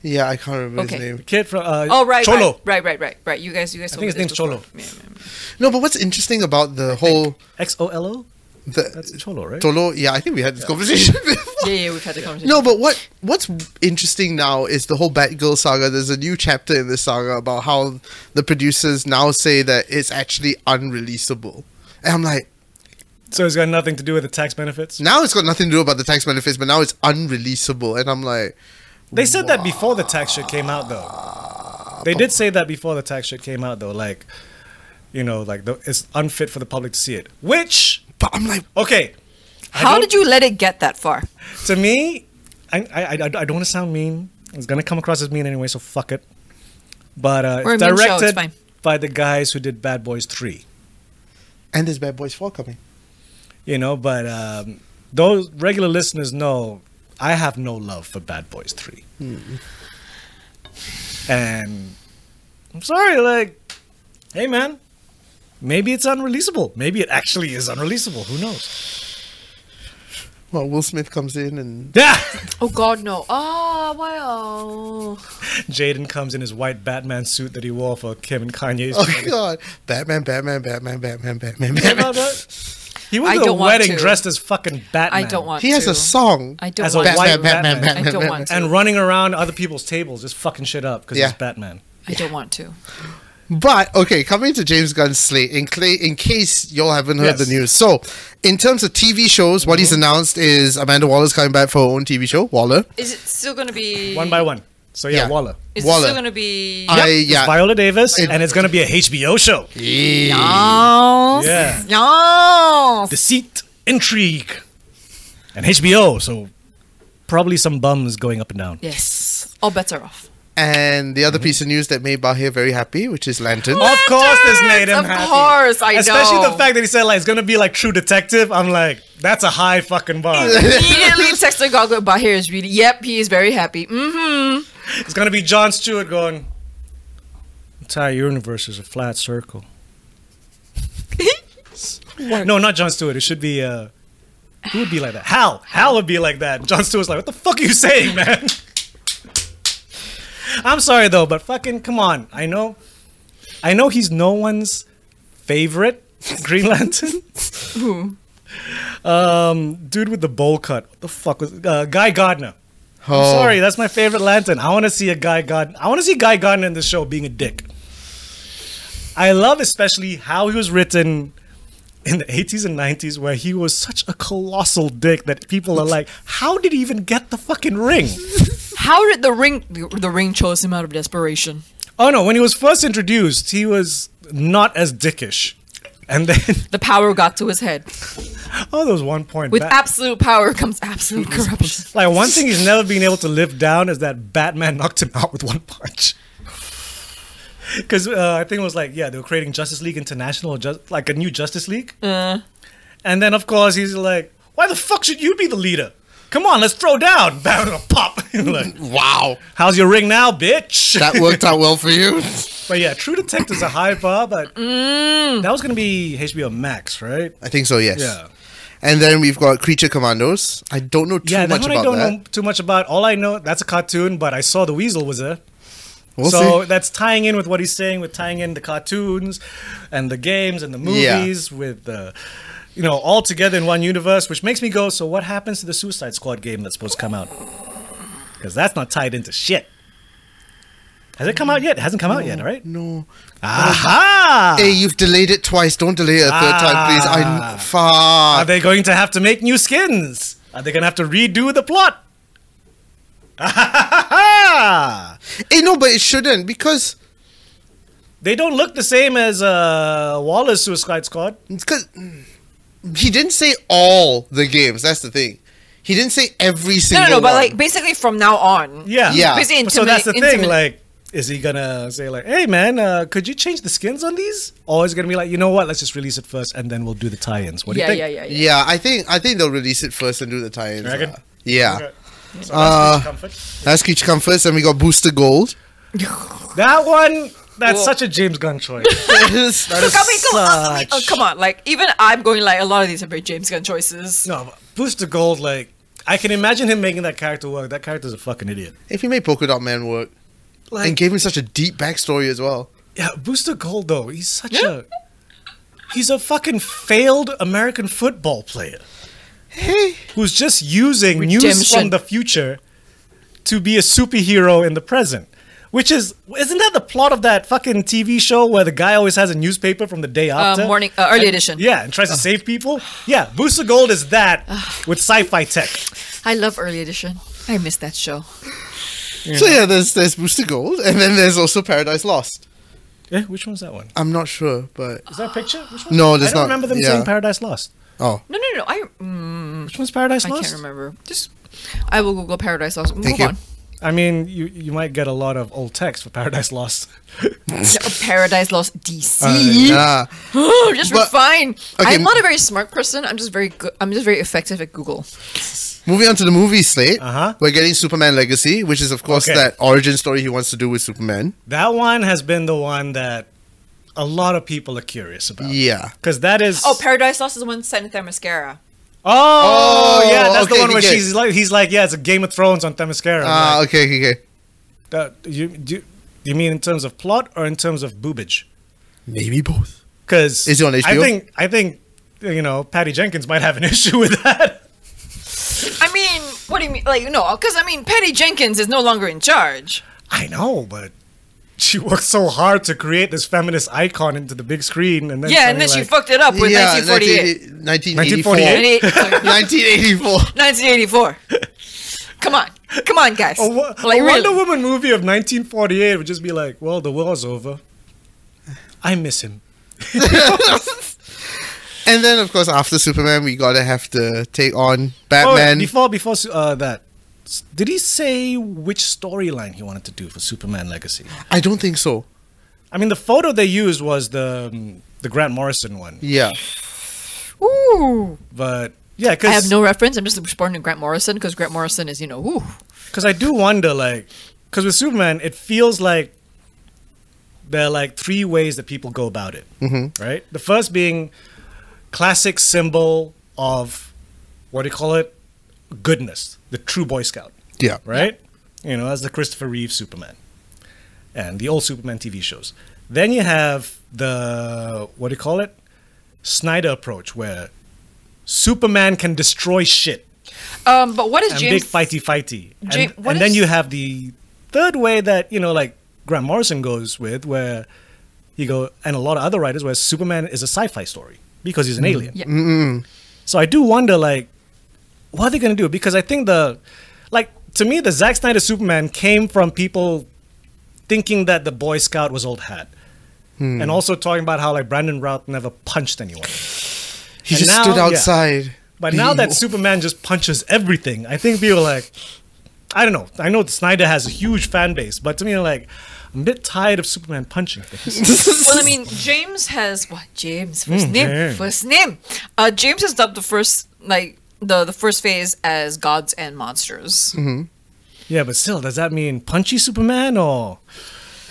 B: Yeah, I can't remember
A: Okay.
B: his name.
C: The kid from uh,
A: Oh right,
C: Cholo.
A: right, right, right, right, right. You guys, you guys.
C: I think his
A: told me
C: name's
A: this
C: Cholo.
A: before. Yeah, yeah, yeah.
B: No, but what's interesting about the whole
C: X O L O. That's
B: the
C: Cholo, right?
B: Tolo? Yeah, I think we had this conversation before.
A: Yeah, yeah, we've had the conversation.
B: No, but what what's interesting now is the whole Batgirl saga. There's a new chapter in this saga about how the producers now say that it's actually unreleasable. And I'm like,
C: So it's got nothing to do with the tax benefits.
B: now it's got nothing to do about the tax benefits, but now it's unreleasable. And I'm like,
C: They said that before the tax shit came out, though. They did say that before the tax shit came out, though. Like, you know, like the, it's unfit for the public to see it. Which,
B: but I'm like,
C: okay, I
A: How
C: don't-
A: did you let it get that far?
C: to me, I I, I, I don't want to sound mean. It's gonna come across as mean anyway, so fuck it. But uh,
A: We're a mean
C: it's
A: show, it's
C: directed
A: fine.
C: by the guys who did Bad Boys Three,
B: and there's Bad Boys 4 coming.
C: you know. But um, those regular listeners know I have no love for Bad Boys Three,
A: Hmm.
C: and I'm sorry. Like, hey man, maybe it's unreleasable. Maybe it actually is unreleasable. Who knows?
B: Well, Will Smith comes in and
A: Oh God, no. Oh wow.
C: Jaden comes in his white Batman suit that he wore for Kim and Kanye's.
B: oh god, Batman, Batman, Batman, Batman, Batman, Batman.
C: about that? He went
A: I
C: to a
A: don't want
C: wedding
A: to.
C: dressed as fucking Batman.
A: I don't want.
B: He has
A: to.
B: a song.
A: I don't
C: As a
A: want.
C: white
A: to.
C: Batman.
A: I don't want to.
C: And running around other people's tables, just fucking shit up because
B: Yeah.
C: he's Batman.
A: I don't want to.
B: But okay, coming to James Gunn's slate in, cla in case y'all haven't heard
C: Yes.
B: the news. So, in terms of TV shows, what
A: Mm-hmm.
B: he's announced is Amanda Waller's coming back for her own TV show, Waller.
A: Is it still gonna be
C: One by one. So yeah,
B: Yeah.
C: Waller.
A: Is
B: Waller.
A: it still gonna be?
B: I
C: It's
B: yeah.
C: Viola Davis, and it's gonna be a HBO show.
A: Yes. Yes.
C: Deceit, intrigue, and HBO. So probably some bums going up and down.
A: Yes. Or better off.
B: And the other
A: Mm-hmm.
B: piece of news that made Bahir very happy, which is Lantern.
A: Oh,
C: Of course, this made him
A: Of
C: happy.
A: course, I
C: Especially
A: know.
C: the fact that he said like it's gonna be like True Detective. I'm like, that's a high fucking bar.
A: Immediately texted Goggle Bahir is really. Yep, he is very happy. Mm-hmm.
C: It's gonna be John Stewart going. Entire universe is a flat circle. No, not John Stewart. It should be. Uh, who would be like that? Hal. Hal would be like that. John Stewart's like, what the fuck are you saying, man? I'm sorry though, but fucking come on. I know, I know he's no one's favorite Green Lantern. Um, dude with the bowl cut. What the fuck was uh, Guy Gardner? I'm
B: Oh.
C: sorry, that's my favorite lantern. I want to see a guy Gardner. I want to see Guy Gardner in the show being a dick. I love especially how he was written in the 80s and 90s, where he was such a colossal dick that people are like, how did he even get the fucking ring?
A: How did the ring? The, the ring chose him out of desperation.
C: Oh no, when he was first introduced, he was not as dickish. And then,
A: The power got to his head.
C: oh, there was one point.
A: With
C: Bat-
A: absolute power comes absolute corruption.
C: like, one thing he's never been able to live down is that Batman knocked him out with one punch. Because uh, I think it was like, yeah, they were creating Justice League International, just, like a new Justice League.
B: Uh.
C: And then, of course, he's like, why the fuck should you be the leader? Come on, let's throw down. Bam, pop. like,
B: Wow,
C: how's your ring now, bitch?
B: that worked out well for you.
C: But yeah, True Detective's a high bar, but
B: Mm.
C: that was gonna be HBO Max, right?
B: I think so. Yes.
C: Yeah.
B: And then we've got Creature Commandos. I don't know too
C: yeah, that
B: much
C: one
B: about
C: I don't
B: that.
C: know too much about. All I know that's a cartoon, but I saw the weasel was there.
B: We'll
C: so
B: see.
C: that's tying in with what he's saying, with tying in the cartoons and the games and the
B: Yeah.
C: movies with the you know, all together in one universe, which makes me go, so what happens to the Suicide Squad game that's supposed to come out? Because that's not tied into shit. Has it come out yet? It hasn't come out yet, right?
B: No.
C: Aha!
B: Mm-hmm. Hey, uh, you've delayed it twice. Don't delay it a third
C: Ah.
B: time, please. I
C: Are
B: far.
C: they going to have to make new skins? Are they going to have to redo the plot?
B: Hey, no, but it shouldn't because
C: They don't look the same as uh, Wallace Suicide Squad.
B: because he didn't say all the games. That's the thing. He didn't say every
A: No,
B: single.
A: no, no. But
B: one.
A: like basically from now on.
C: Yeah.
B: Yeah.
A: Basically
C: So that's the
A: intimidate-
C: thing.
A: intimidate-
C: Like, is he going to say, like, hey, man, uh, could you change the skins on these? Or is it going to be like, you know what, let's just release it first and then we'll do the tie ins? What do
A: yeah,
C: you think?
A: yeah, yeah, yeah.
B: Yeah, I think I think they'll release it first and do the tie-ins.
C: You reckon?
B: uh, Yeah,
C: Okay. So
B: Uh,
C: that's comfort.
B: that's Creature Come first, and we got Booster Gold.
C: That one, that's
A: Well-
C: such a James Gunn choice.
A: Look, I mean, come on,
C: Such.
A: oh, come on. Like even I'm going like a lot of these are very James Gunn choices.
C: no, but Booster Gold, like, I can imagine him making that character work. That character's a fucking idiot.
B: If he made Polka Dot Man work and
C: Like,
B: gave him such a deep backstory as well.
C: yeah, Booster Gold though, he's such
A: Yeah.
C: a he's a fucking failed American football player
B: Hey,
C: who's just using news
A: Redemption.
C: from the future to be a superhero in the present. Which is isn't that the plot of that fucking TV show where the guy always has a newspaper from the day after?
A: Uh, morning, uh, early edition.
C: Yeah, and tries to save people. Yeah, Booster Gold is that with sci-fi tech.
A: I love early edition. I miss that show.
B: so yeah, there's there's Booster Gold, and then there's also Paradise Lost.
C: Eh, which one's that one?
B: I'm not sure, but
C: Is that a picture? Which one?
B: No, there's
C: I don't
B: not-
C: remember them
B: yeah.
C: saying Paradise Lost.
B: oh,
A: No, no, no. I mm,
C: Which one's Paradise
A: I
C: Lost?
A: can't remember. Just I will Google Paradise Lost. Move
B: you.
A: on.
C: I mean, you you might get a lot of old text for Paradise Lost.
A: No, Paradise Lost DC.
C: Oh,
B: yeah.
A: just
B: But-
A: refine.
B: okay.
A: I'm not a very smart person. I'm just very good. I'm just very effective at Google.
B: Moving on to the movie slate,
C: Uh-huh.
B: we're getting Superman Legacy, which is of course
C: Okay.
B: that origin story he wants to do with Superman.
C: that one has been the one that a lot of people are curious about.
B: Yeah.
C: Because that is
A: Oh, Paradise Lost is the one set in Themyscira.
C: Oh, yeah, that's
B: okay,
C: the one where
B: okay.
C: she's like he's like yeah, it's a Game of Thrones on Themyscira.
B: Ah,
C: Like,
B: okay, okay, okay.
C: that- you do you mean in terms of plot or in terms of boobage?
B: Maybe both.
C: Because
B: Is it on
C: I
B: HBO?
C: think I think you know Patty Jenkins might have an issue with that.
A: I mean, what do you mean? Like, no, because I mean, Patty Jenkins is no longer in charge.
C: I know, but she worked so hard to create this feminist icon into the big screen, and then
A: yeah, and then she
C: suddenly, like,
A: fucked it up with
B: yeah,
A: 1948.
B: 1980
C: 1948.
B: 1984. 1984.
A: 1984. Come on, come on, guys.
C: A, wo- a
A: like,
C: Oh, Wonder
A: really.
C: Woman movie of 1948 would just be like, well, the war's over. I miss him.
B: And then, of course, after Superman, we gotta have to take on
C: Oh,
B: Batman.
C: before before uh, that, s- did he say which storyline he wanted to do for Superman Legacy?
B: I don't think so.
C: I mean, the photo they used was the um, the Grant Morrison one,
B: Yeah.
A: Ooh.
C: but yeah,
A: I have
C: because
A: no reference. I'm just responding to Grant Morrison because Grant Morrison is, you know, ooh.
C: Because I do wonder, like, because with Superman, it feels like there are like three ways that people go about it, mm-hmm. right? The first being classic symbol of what do you call it? Goodness, the true Boy Scout,
B: Yeah.
C: right? You know, that's the Christopher Reeve Superman and the old Superman TV shows. Then you have the what do you call it? Snyder approach, where Superman can destroy shit
A: Um, but what is
C: and
A: James?
C: big fighty fighty. And,
A: James- what
C: and then
A: is-
C: you have the third way that you know, like Grant Morrison goes with, where you go, and a lot of other writers, where Superman is a sci-fi story because he's an alien.
A: Yeah.
C: So I do wonder, like, what are they going to do? Because I think the, like, to me, the Zack Snyder Superman came from people thinking that the Boy Scout was old hat. And also talking about how like Brandon Routh never punched anyone.
B: He
C: And
B: just
C: now-
B: stood
C: yeah.
B: outside.
C: But now that
B: He-
C: Superman just punches everything, I think people are like, I don't know. I know Snyder has a huge fan base, but to me, I'm like, I'm a bit tired of Superman punching things.
A: Well, I mean, James has what? James first name,
C: yeah.
A: first name. Uh, James has dubbed the first like the the first phase as gods and monsters.
C: yeah, but still, does that mean punchy Superman or?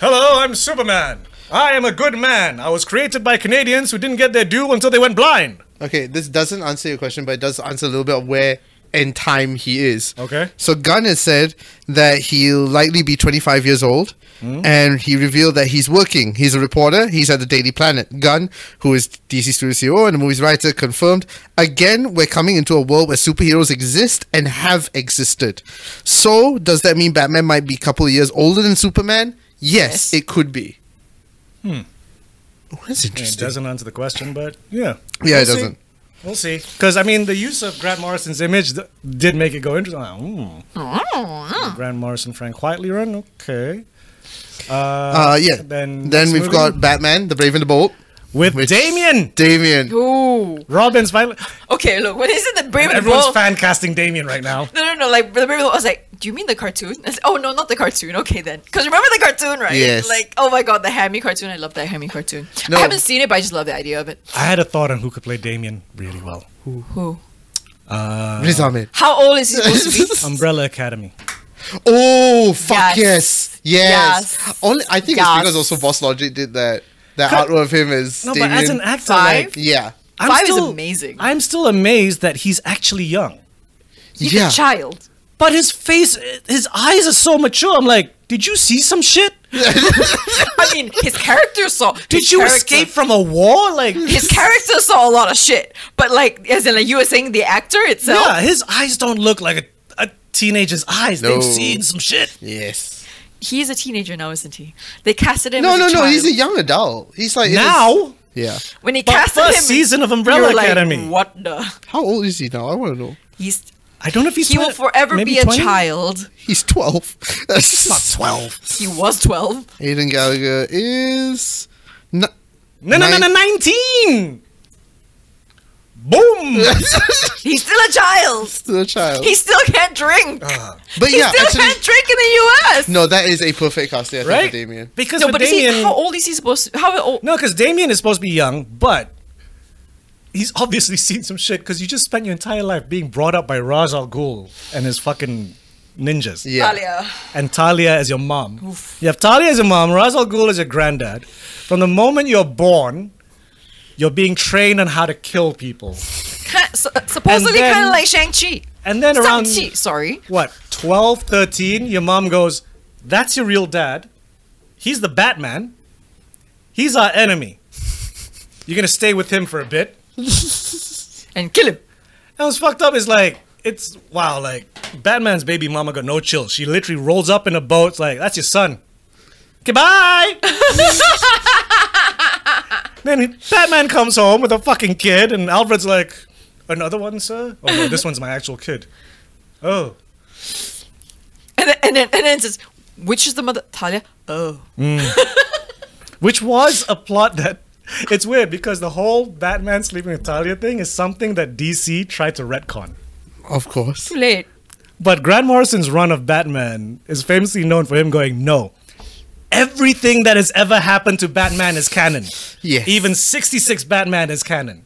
C: Hello, I'm Superman. I am a good man. I was created by Canadians who didn't get their due until they went blind.
B: Okay, this doesn't answer your question, but it does answer a little bit of where and time he is.
C: Okay.
B: So Gunn has said that he'll likely be 25 years old,
C: Hmm.
B: and he revealed that he's working. He's a reporter. He's at the Daily Planet. Gunn, who is DC Studio CEO and the movie's writer, confirmed again we're coming into a world where superheroes exist and have existed. So does that mean Batman might be a couple of years older than Superman? Yes,
A: Yes.
B: it could be. Hmm. that's
C: It
B: interesting.
C: doesn't answer the question, but yeah.
B: Yeah, it
C: We'll see.
B: doesn't.
C: We'll see. Because, I mean, the use of Grant Morrison's image th- did make it go interesting. Ah, mm.
A: Ah.
C: Grant Morrison, Frank Quietly run. Okay. Uh,
B: Uh, yeah. Then
C: Then, next
B: we've
C: movie.
B: got Batman, the Brave and the Bold,
C: with,
B: with-
C: Damien.
B: Damien.
A: Ooh.
C: Robin's violent.
A: Okay, look, when is it the Brave and the
C: Everyone's
A: Bold?
C: fan casting Damien right now.
A: no, no, no. Like the Brave and the Bold, I was like, do you mean the cartoon? I said, oh no, not the cartoon. Okay then, because remember the cartoon, right?
B: Yes.
A: Like, oh my god, the Hammy cartoon. I love that Hammy cartoon.
B: No.
A: I haven't seen it, but I just love the idea of it.
C: I had a thought on who could play Damien really well.
A: Who?
B: Riz Ahmed.
A: How old is he supposed to be?
C: Umbrella Academy.
B: Oh fuck yes.
A: Yes.
B: Yes.
A: Yes.
B: Only I think
A: Yes.
B: it's because also Boss Logic did that. That
C: Cut.
B: artwork of him is
C: No,
B: Damien.
C: but as an actor,
A: Five?
C: like,
B: yeah.
A: Five is amazing.
C: I'm still amazed that he's actually young.
A: He's
B: Yeah.
A: a child.
C: But his face, his eyes are so mature. I'm like, did you see some shit?
A: I mean, his character saw.
C: Did
A: his
C: you
A: character-
C: escape from a war? Like,
A: His character saw a lot of shit, but like, as in, like you were saying, the actor itself.
C: yeah, his eyes don't look like a, a teenager's eyes.
B: No.
C: They've seen some shit.
B: Yes.
A: He's a teenager now, isn't he? They casted him.
B: No,
A: as
B: no,
A: a
B: no.
A: child.
B: He's a young adult. He's like in his-
C: Now,
B: yeah.
A: when he
C: but
A: casted
C: first
A: him,
C: season of
A: you
C: Umbrella
A: were like,
C: Academy.
A: What the?
B: How old is he now? I want to know.
A: He's
C: I don't know if he's
A: he will
C: twen-
A: forever
C: maybe
A: be a
C: 20?
A: child.
B: He's twelve. That's twelve.
A: He was twelve.
B: Aiden Gallagher is. No-
C: No, no, no, no,
B: Nine-
C: nineteen. Boom.
A: He's still a child.
B: Still a child.
A: He still can't drink.
C: Uh,
B: but
A: he
B: yeah,
A: still
B: actually,
A: can't drink in the U.S.
B: no, that is a perfect casting. I think,
C: right?
B: for Damien.
C: Because
A: No,
C: for
A: but
C: Damien,
A: is he, how old is he supposed to? How old?
C: no, because Damien is supposed to be young, but he's obviously seen some shit. Because you just spent your entire life being brought up by Ra's al Ghul and his fucking ninjas.
B: Yeah.
A: Talia.
C: and Talia as your mom. You have Talia as your mom, Ra's al Ghul as your granddad. From the moment you're born, you're being trained on how to kill people.
A: Ki- su- uh, supposedly
C: then-
A: kind of like Shang Chi.
C: And then around
A: Shang Chi, sorry.
C: what 12, 13, your mom goes, "That's your real dad. He's the Batman. He's our enemy. You're gonna stay with him for a bit."
A: And kill him.
C: And what's fucked up is like it's wow, like Batman's baby mama got no chill. She literally rolls up in a boat, it's like, that's your son. Goodbye. then Batman comes home with a fucking kid, and Alfred's like, another one, sir? Oh no, this one's my actual kid. Oh.
A: And then, and then, and then it says, which is the mother? Talia? Oh.
C: Which was a plot that it's weird because the whole Batman sleeping with Talia thing is something that DC tried to retcon.
B: Of course.
A: Too late.
C: But Grant Morrison's run of Batman is famously known for him going, no. Everything that has ever happened to Batman is canon.
B: Yes.
C: Even 66 Batman is canon.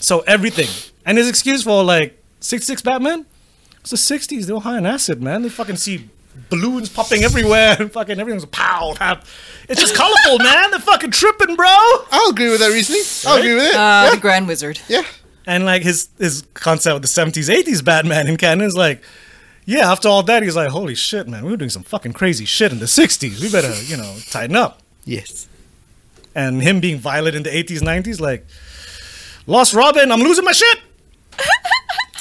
C: So everything. And his excuse for like 66 Batman? It's the 60s. They were high on acid, man. They fucking see balloons popping everywhere and fucking everything's pow, pow. It's just colorful, man. They're fucking tripping, bro.
B: I'll agree with that reasoning. I'll agree with it.
A: Uh, The Grand Wizard.
B: yeah.
C: And like his his concept with the seventies, eighties Batman in canon is like, yeah. After all that, he's like, holy shit, man, we were doing some fucking crazy shit in the sixties. We better, you know, tighten up.
B: Yes.
C: And him being violent in the eighties, nineties, like, lost Robin, I'm losing my shit.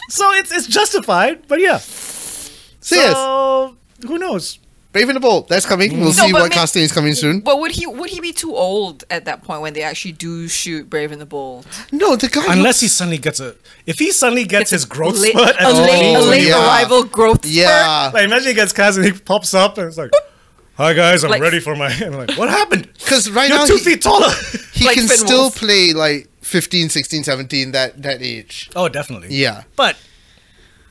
C: so it's it's justified, but yeah.
B: So, yes,
C: So who knows?
B: Brave and the Bold. That's coming. We'll see
A: but
B: what
A: may-
B: casting is coming soon.
A: But would he would he be too old at that point when they actually do shoot Brave and the Bold?
B: No, the guy.
C: Unless he suddenly gets a, if he suddenly gets his growth
A: late,
C: spurt,
A: a
C: at
A: late, a
C: 20,
A: late
B: yeah.
A: arrival growth. spurt.
B: yeah,
C: like imagine he gets cast and he pops up and it's like, hi guys, I'm
A: Like-
C: ready for my. I'm like, what happened?
B: because right
C: You're
B: now
C: two
B: he-
C: feet taller.
B: he
A: Like
B: can
A: Finn
B: still
A: Wolf.
B: play like 15 16 17 that that age
C: oh, definitely.
B: yeah
C: But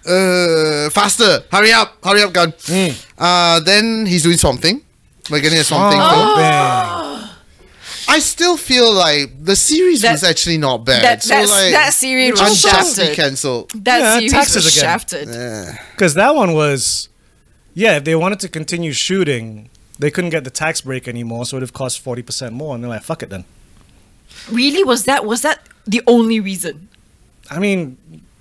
B: uh faster hurry up hurry up gun
C: Hmm.
B: uh then he's doing something we're getting a something
A: Oh.
C: Oh.
B: film. i still feel like the series
A: That-
B: was actually not bad
A: that-
B: so
A: that's-
B: like
A: that series was
B: unjustly
A: shafted.
B: cancelled
A: That
C: Yeah,
A: series
C: taxes
A: was
C: again.
A: shafted.
C: because that one was, yeah, if they wanted to continue shooting, they couldn't get the tax break anymore, so it would have cost forty percent more, and they're like, fuck it then.
A: Really, was that was that the only reason?
C: I mean,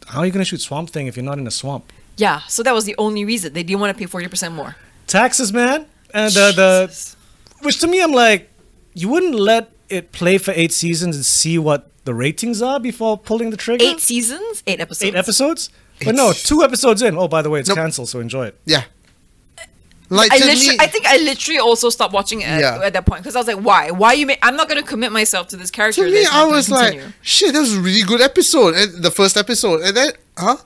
C: how are you gonna shoot Swamp Thing if you're not in a swamp?
A: Yeah, so that was the only reason they didn't want to pay forty percent more.
C: Taxes, man, and the
A: Jesus.
C: the, which to me, I'm like, you wouldn't let it play for eight seasons and see what the ratings are before pulling the trigger.
A: Eight seasons, eight episodes.
C: Eight episodes. But no, two episodes in. Oh, by the way, it's
B: Nope.
C: cancelled, so enjoy it.
B: yeah like
A: I
B: to
A: literally,
B: me-
A: I think I literally also stopped watching it at-
B: Yeah.
A: at that point because I was like, why? Why you? Ma- I'm not gonna commit myself to this character.
B: to me
A: that's not
B: i
A: gonna
B: was like
A: continue."
B: shit that was a really good episode and the first episode and then huh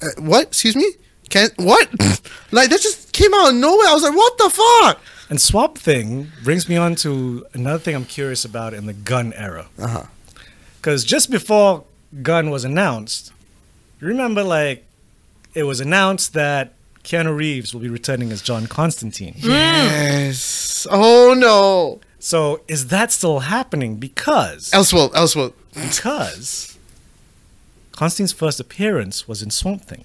B: uh, what excuse me can what like that just came out of nowhere i was like what the fuck
C: And Swamp Thing brings me on to another thing I'm curious about in the gun era.
B: Uh-huh.
C: Because just before Gun was announced, you remember, like, it was announced that Keanu Reeves will be returning as John Constantine.
B: Mm-hmm. Yes. Oh no.
C: So is that still happening? Because
B: Elseworld. Elseworld.
C: because Constantine's first appearance was in Swamp Thing.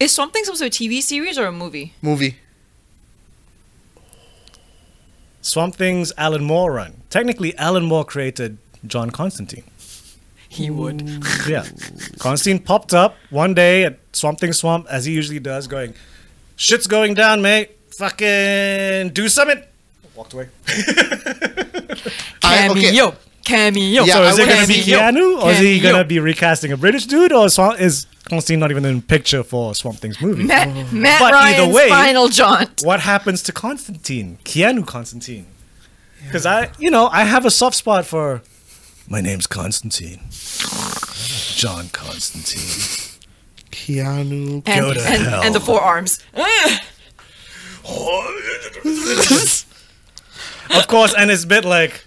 A: Is something supposed to be a TV series or a movie?
B: Movie.
C: Swamp Thing's Alan Moore run. Technically, Alan Moore created John Constantine.
A: he would.
C: Yeah. Constantine popped up one day at Swamp Thing Swamp, as he usually does, going, Shit's going down, mate. Fucking do something. Walked away.
B: I- okay.
A: Cameo. Cameo.
B: Yeah,
C: So
B: I
C: is it
B: would
C: going to be
B: say yo,
C: Keanu, or is he
A: cameo.
C: going to be recasting a British dude, or Swamp, is Constantine not even in picture for Swamp Thing's movie?
A: Matt, Matt
C: Oh. But either
A: Ryan's
C: way-
A: final jaunt.
C: what happens to Constantine? Keanu Constantine. Because I, you know, I have a soft spot for. My name's Constantine. John Constantine.
B: Keanu.
A: And,
C: Go to
A: and,
C: hell.
A: and the forearms. Ugh.
C: of course, and it's a bit like.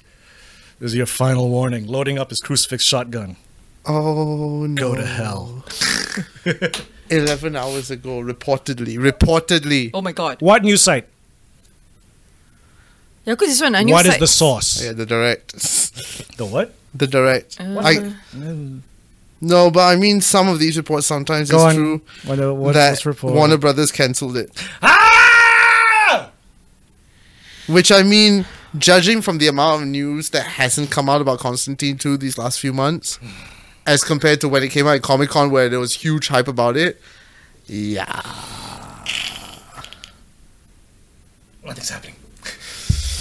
C: This is your final warning. Loading up his crucifix shotgun.
B: Oh no.
C: Go to hell.
B: Eleven hours ago, reportedly. Reportedly.
A: oh my god.
C: What news site?
A: Yeah, because this one I
C: What
A: knew.
C: is
A: it's like-
C: the source?
B: Yeah, the direct.
C: The what?
B: The direct. I
C: Go
B: no, but I mean, some of these reports sometimes it's
C: on.
B: true
C: What, uh, what,
B: that
C: what's report?
B: Warner Brothers cancelled it.
C: Ah!
B: Which I mean, judging from the amount of news that hasn't come out about Constantine 2 these last few months, as compared to when it came out at Comic Con where there was huge hype about it, yeah.
C: Nothing's happening.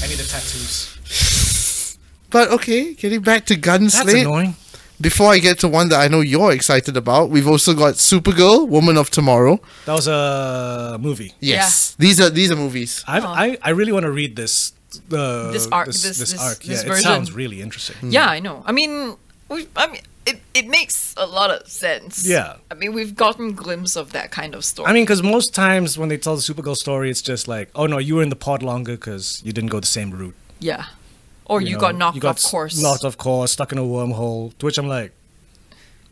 C: I need the tattoos.
B: But okay, getting back to
C: That's
B: Gunslate.
C: annoying.
B: Before I get to one that I know you're excited about, we've also got Supergirl, Woman of Tomorrow.
C: That was a movie.
B: Yes, these are these are movies.
C: I've, I I really want to read this. Uh,
A: Oh. This arc- this- this-
C: Yeah,
A: this
C: it
A: version.
C: sounds really interesting.
A: Yeah, I know. I mean, we, I mean, it, it makes a lot of sense.
C: Yeah.
A: I mean, we've gotten glimpse of that kind of story.
C: I mean, because most times when they tell the Supergirl story, it's just like, oh no, you were in the pod longer because you didn't go the same route.
A: yeah. Or you,
C: know?
A: got knocked
C: You got
A: off course.
C: knocked off course, stuck in a wormhole. To which I'm like,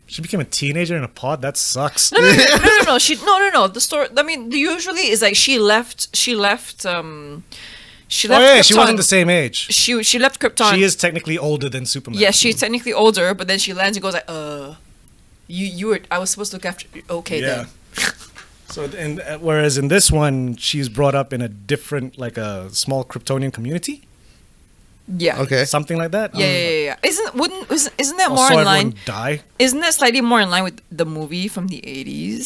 C: she became a teenager in a pod. That sucks.
A: no, no, no, no, no, no. She no, no, no. The story. I mean, the usually is like she left. She left. Um, she
C: oh
A: left.
C: yeah, she
A: Krypton.
C: wasn't the same age.
A: She she left Krypton.
C: She is technically older than Superman.
A: Yes, she's technically older, but then she lands and goes like, "Uh, you you were I was supposed to look after. Okay,
C: Yeah.
A: then.
C: So, and uh, whereas in this one, she's brought up in a different, like a small Kryptonian community,
A: Yeah.
B: Okay.
C: something like that.
A: Yeah, yeah, yeah, yeah. Isn't wouldn't isn't, isn't that more
C: Also,
A: in line?
C: Oh, everyone die.
A: Isn't that slightly more in line with the movie from the eighties?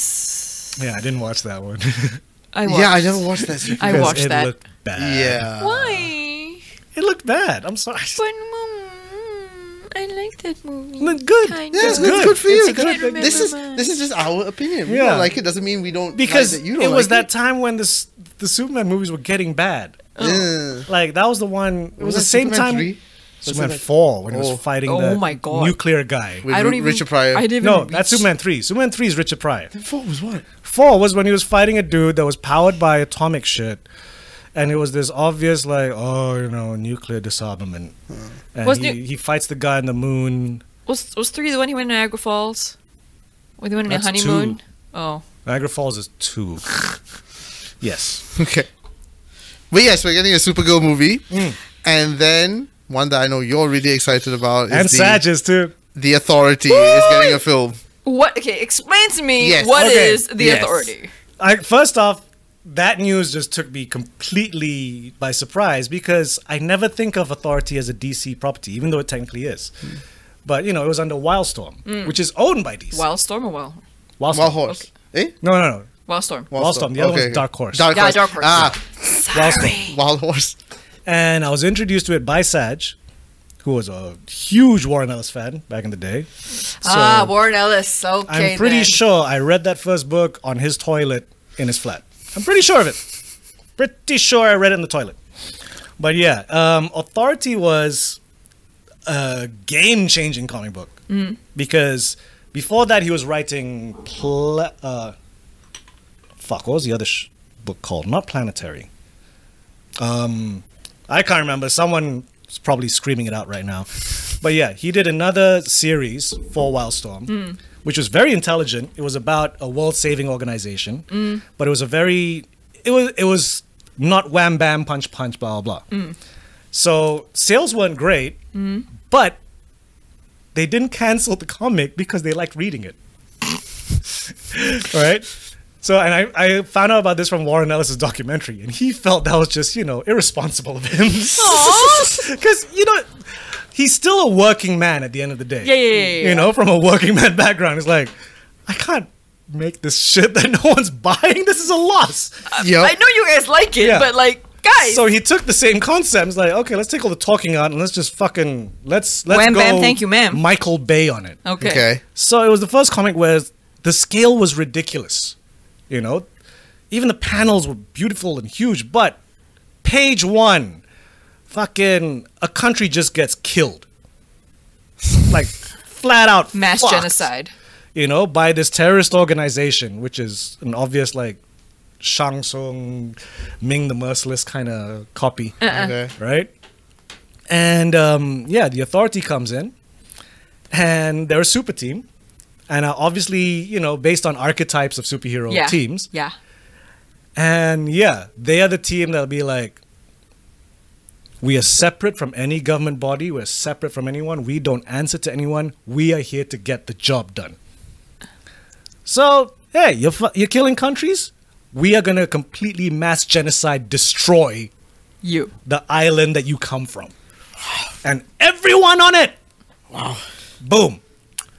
C: Yeah, I didn't watch that one.
A: I watched.
B: Yeah, I never watched that.
A: I
B: Supergirl.
C: Because
A: watched
C: it
A: that.
C: looked bad.
B: Yeah.
A: Why?
C: It looked bad. I'm sorry.
A: But mm, mom, I like that movie.
C: Look good.
A: Kind
B: Yeah,
A: of.
B: it's
C: That's
B: good.
C: good.
B: good for you.
C: It's a
B: Good.
C: good-
B: This is
A: remember.
B: this is just our opinion. We
C: Yeah.
B: don't like it doesn't mean we don't
C: Because
B: like that you don't
C: it was
B: like
C: that time when the s- the Superman movies were getting bad.
B: it. Yeah.
C: Like that was the one. It was,
B: Was
C: the
B: it
C: same
B: Superman
C: time.
B: three?
C: Superman
B: Was it-
C: four when he
B: Oh.
C: was fighting
A: Oh
C: the
A: my God.
C: nuclear guy.
B: With Ru- Richard Pryor.
A: I didn't even
C: no,
A: reach-
C: that's Superman three. Superman three is Richard Pryor.
B: Four was what?
C: Four was when he was fighting a dude that was powered by atomic shit, and it was this obvious like, oh, you know, nuclear disarmament. And
A: Hmm. Was
C: he,
A: nu-
C: he fights the guy on the moon.
A: Was was three the one he went to Niagara Falls? When they went on their
C: That's
A: honeymoon?
C: two.
A: Oh.
C: Niagara Falls is two. yes.
B: Okay. But yes, we're getting a Supergirl movie,
C: Mm.
B: and then one that I know you're really excited about
C: and
B: is the,
C: Sages too.
B: the Authority is getting a film.
A: What okay, explain to me what
B: Yes.
A: is
C: Okay.
A: the
B: Yes.
A: authority.
C: I first off, that news just took me completely by surprise because I never think of Authority as a DC property, even though it technically is.
A: Hmm.
C: But you know, it was under Wildstorm, which is owned by DC.
A: Wildstorm or Hmm. Wild
C: Wildstorm.
B: Wild Horse. Eh?
C: No, no, no.
A: Wildstorm.
C: Wildstorm. The other one's Dark Horse.
B: Dark
A: Yeah,
B: Horse.
A: Dark Horse.
B: Ah,
C: Wildstorm.
B: Wild Horse.
C: And I was introduced to it by Saj, who was a huge Warren Ellis fan back in the day. So
A: ah, Warren Ellis. Okay.
C: I'm pretty
A: then.
C: sure I read that first book on his toilet in his flat. I'm pretty sure of it. Pretty sure I read it in the toilet. But yeah, um, Authority was a game changing comic book
A: Mm.
C: because before that he was writing. Pla- uh, fuck, what was the other sh- book called? Not Planetary. Um, I can't remember. Someone's probably screaming it out right now. But yeah, he did another series for Wildstorm, which was very intelligent. It was about a world-saving organization, but it was a very it was it was not wham bam punch punch blah blah blah. So sales weren't great,
A: Mm-hmm.
C: but they didn't cancel the comic because they liked reading it. right? So, and I, I found out about this from Warren Ellis's documentary, and he felt that was just, you know, irresponsible of him.
A: Aw.
C: Because, you know, he's still a working man at the end of the day.
A: Yeah, yeah, yeah, yeah, yeah.
C: You know, from a working man background, it's like, I can't make this shit that no one's buying. This is a loss.
B: Yep.
A: I know you guys like it,
C: Yeah.
A: but like, guys.
C: So he took the same concept. It's like, okay, let's take all the talking out and let's just fucking let's let's
A: Wham,
C: go
A: bam, thank you, ma'am.
C: Michael Bay on it.
A: okay.
B: Okay.
C: So it was the first comic where the scale was ridiculous. You know, even the panels were beautiful and huge, but page one, fucking a country just gets killed, like flat out
A: Mass
C: fucked,
A: genocide.
C: You know, by this terrorist organization, which is an obvious like Shang Tsung, Ming the Merciless kind of copy
A: Uh.
B: Okay.
C: right? And um, yeah, the authority comes in, and they're a super team, and uh, obviously, you know, based on archetypes of superhero
A: Yeah.
C: teams,
A: Yeah.
C: and yeah, they are the team that'll be like, we are separate from any government body, we're separate from anyone, we don't answer to anyone, we are here to get the job done. So, hey, you're, fu- you're killing countries? We are going to completely mass genocide destroy
A: You.
C: the island that you come from. And everyone on it. Wow. Boom.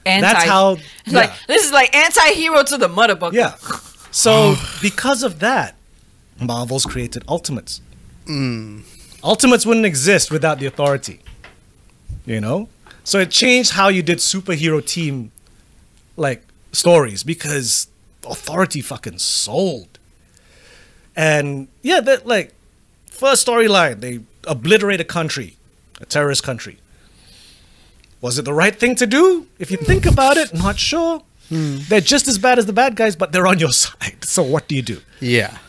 A: Anti.
C: That's how-
A: Like
C: yeah.
A: this is like anti-hero to the motherfucker.
C: Yeah. So because of that, Marvel's created Ultimates. Ultimates wouldn't exist without the authority. You know? So it changed how you did superhero team like stories because authority fucking sold. And yeah, that like first storyline, they obliterate a country, a terrorist country. Was it the right thing to do? If you think about it, not sure. They're just as bad as the bad guys, but they're on your side. So what do you do?
B: Yeah.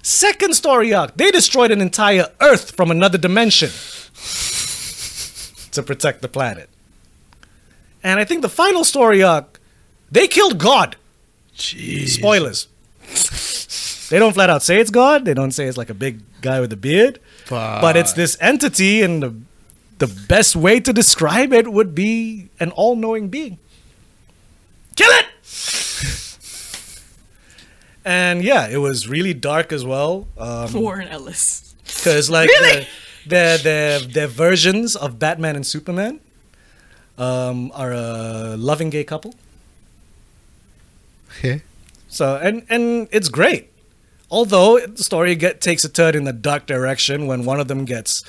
C: Second story arc, they destroyed an entire Earth from another dimension to protect the planet. And I think the final story arc, they killed God. Spoilers. they don't flat out say it's God. They don't say it's like a big guy with a beard. But it's this entity, and the, the best way to describe it would be an all knowing being. Kill it! and yeah, it was really dark as well. Um,
A: Warren Ellis.
C: because like
A: Really?
C: their, their their their versions of Batman and Superman um, are a loving gay couple.
B: Okay.
C: So and and it's great. Although the story get, takes a turn in the dark direction when one of them gets,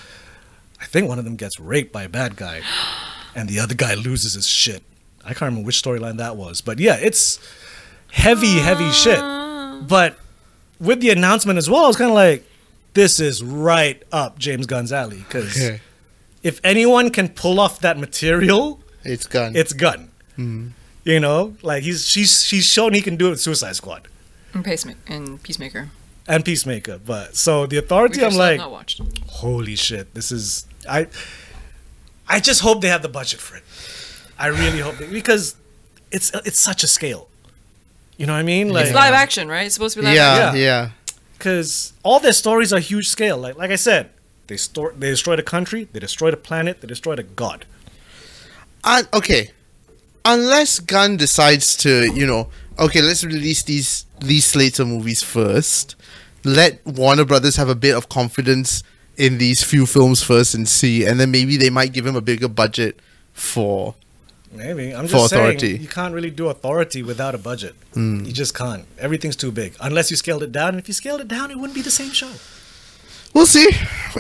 C: I think one of them gets raped by a bad guy, and the other guy loses his shit. I can't remember which storyline that was, but yeah, it's heavy, heavy shit. But with the announcement as well, I was kind of like, this is right up James Gunn's alley because
B: Okay.
C: if anyone can pull off that material,
B: It's gone.
C: it's Gunn. You know, like he's she's she's shown he can do it with Suicide Squad
A: And Pacemaker and Peacemaker.
C: and Peacemaker. But so the
A: Which
C: authority,
A: I
C: I'm
A: still
C: like,
A: not watched.
C: holy shit, this is I. I just hope they have the budget for it. I really hope they, because it's it's such a scale. You know what I mean? Like
A: It's live action, right? It's supposed to be live action.
B: yeah, yeah.
C: Yeah.
B: Yeah.
C: because all their stories are huge scale. Like like I said, they store they destroyed a country, they destroyed a planet, they destroyed a god.
B: Un- okay. Unless Gunn decides to, you know, okay, let's release these these slates of movies first. Let Warner Brothers have a bit of confidence in these few films first and see, and then maybe they might give him a bigger budget for.
C: Maybe I'm
B: For
C: just saying
B: authority. Hmm.
C: you can't really do authority without a budget. You just can't. Everything's too big unless you scaled it down. And if you scaled it down, it wouldn't be the same show.
B: We'll see.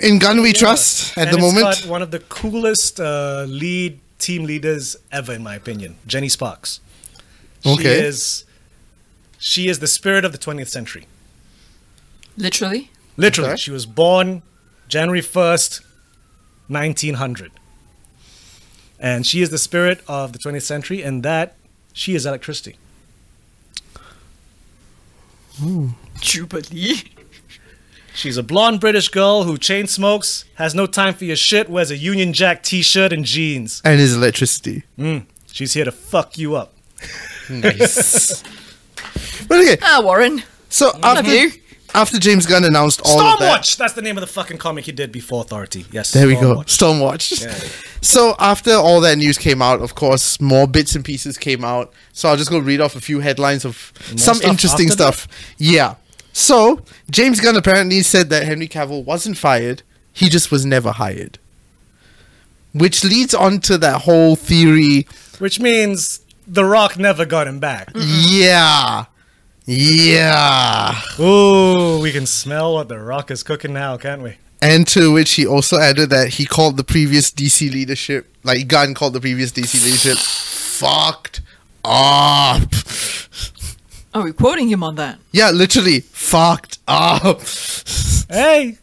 B: In Gunn we trust at
C: And
B: the
C: it's
B: moment.
C: got one of the coolest uh, lead team leaders ever, in my opinion, Jenny Sparks.
B: Okay.
C: She is, she is the spirit of the 20th century.
A: Literally.
C: Literally,
B: Okay.
C: she was born January 1st, 1900. And she is the spirit of the 20th century, and that she is electricity.
A: Jubilee.
C: She's a blonde British girl who chain smokes, has no time for your shit, wears a Union Jack t shirt and jeans.
B: and his electricity.
C: Mm, she's here to fuck you up.
B: Nice. but okay,
A: Ah, Warren.
B: so after,
A: you.
B: after James Gunn announced all of that,
C: Stormwatch! That's the name of the fucking comic he did before Authority. Yes.
B: There we go.
C: Stormwatch.
B: Stormwatch. So after all that news came out, of course, more bits and pieces came out. So I'll just go read off a few headlines of some
C: stuff
B: interesting
C: after that?
B: stuff. Yeah. So James Gunn apparently said that Henry Cavill wasn't fired. He just was never hired. which leads on to that whole theory.
C: Which means The Rock never got him back.
B: Mm. Yeah. Yeah.
C: Ooh, we can smell what The Rock is cooking now, can't we?
B: And to which he also added that he called the previous DC leadership, like Gunn called the previous DC leadership, fucked up.
A: Are we quoting him on that?
B: Yeah, literally, fucked up.
C: Hey,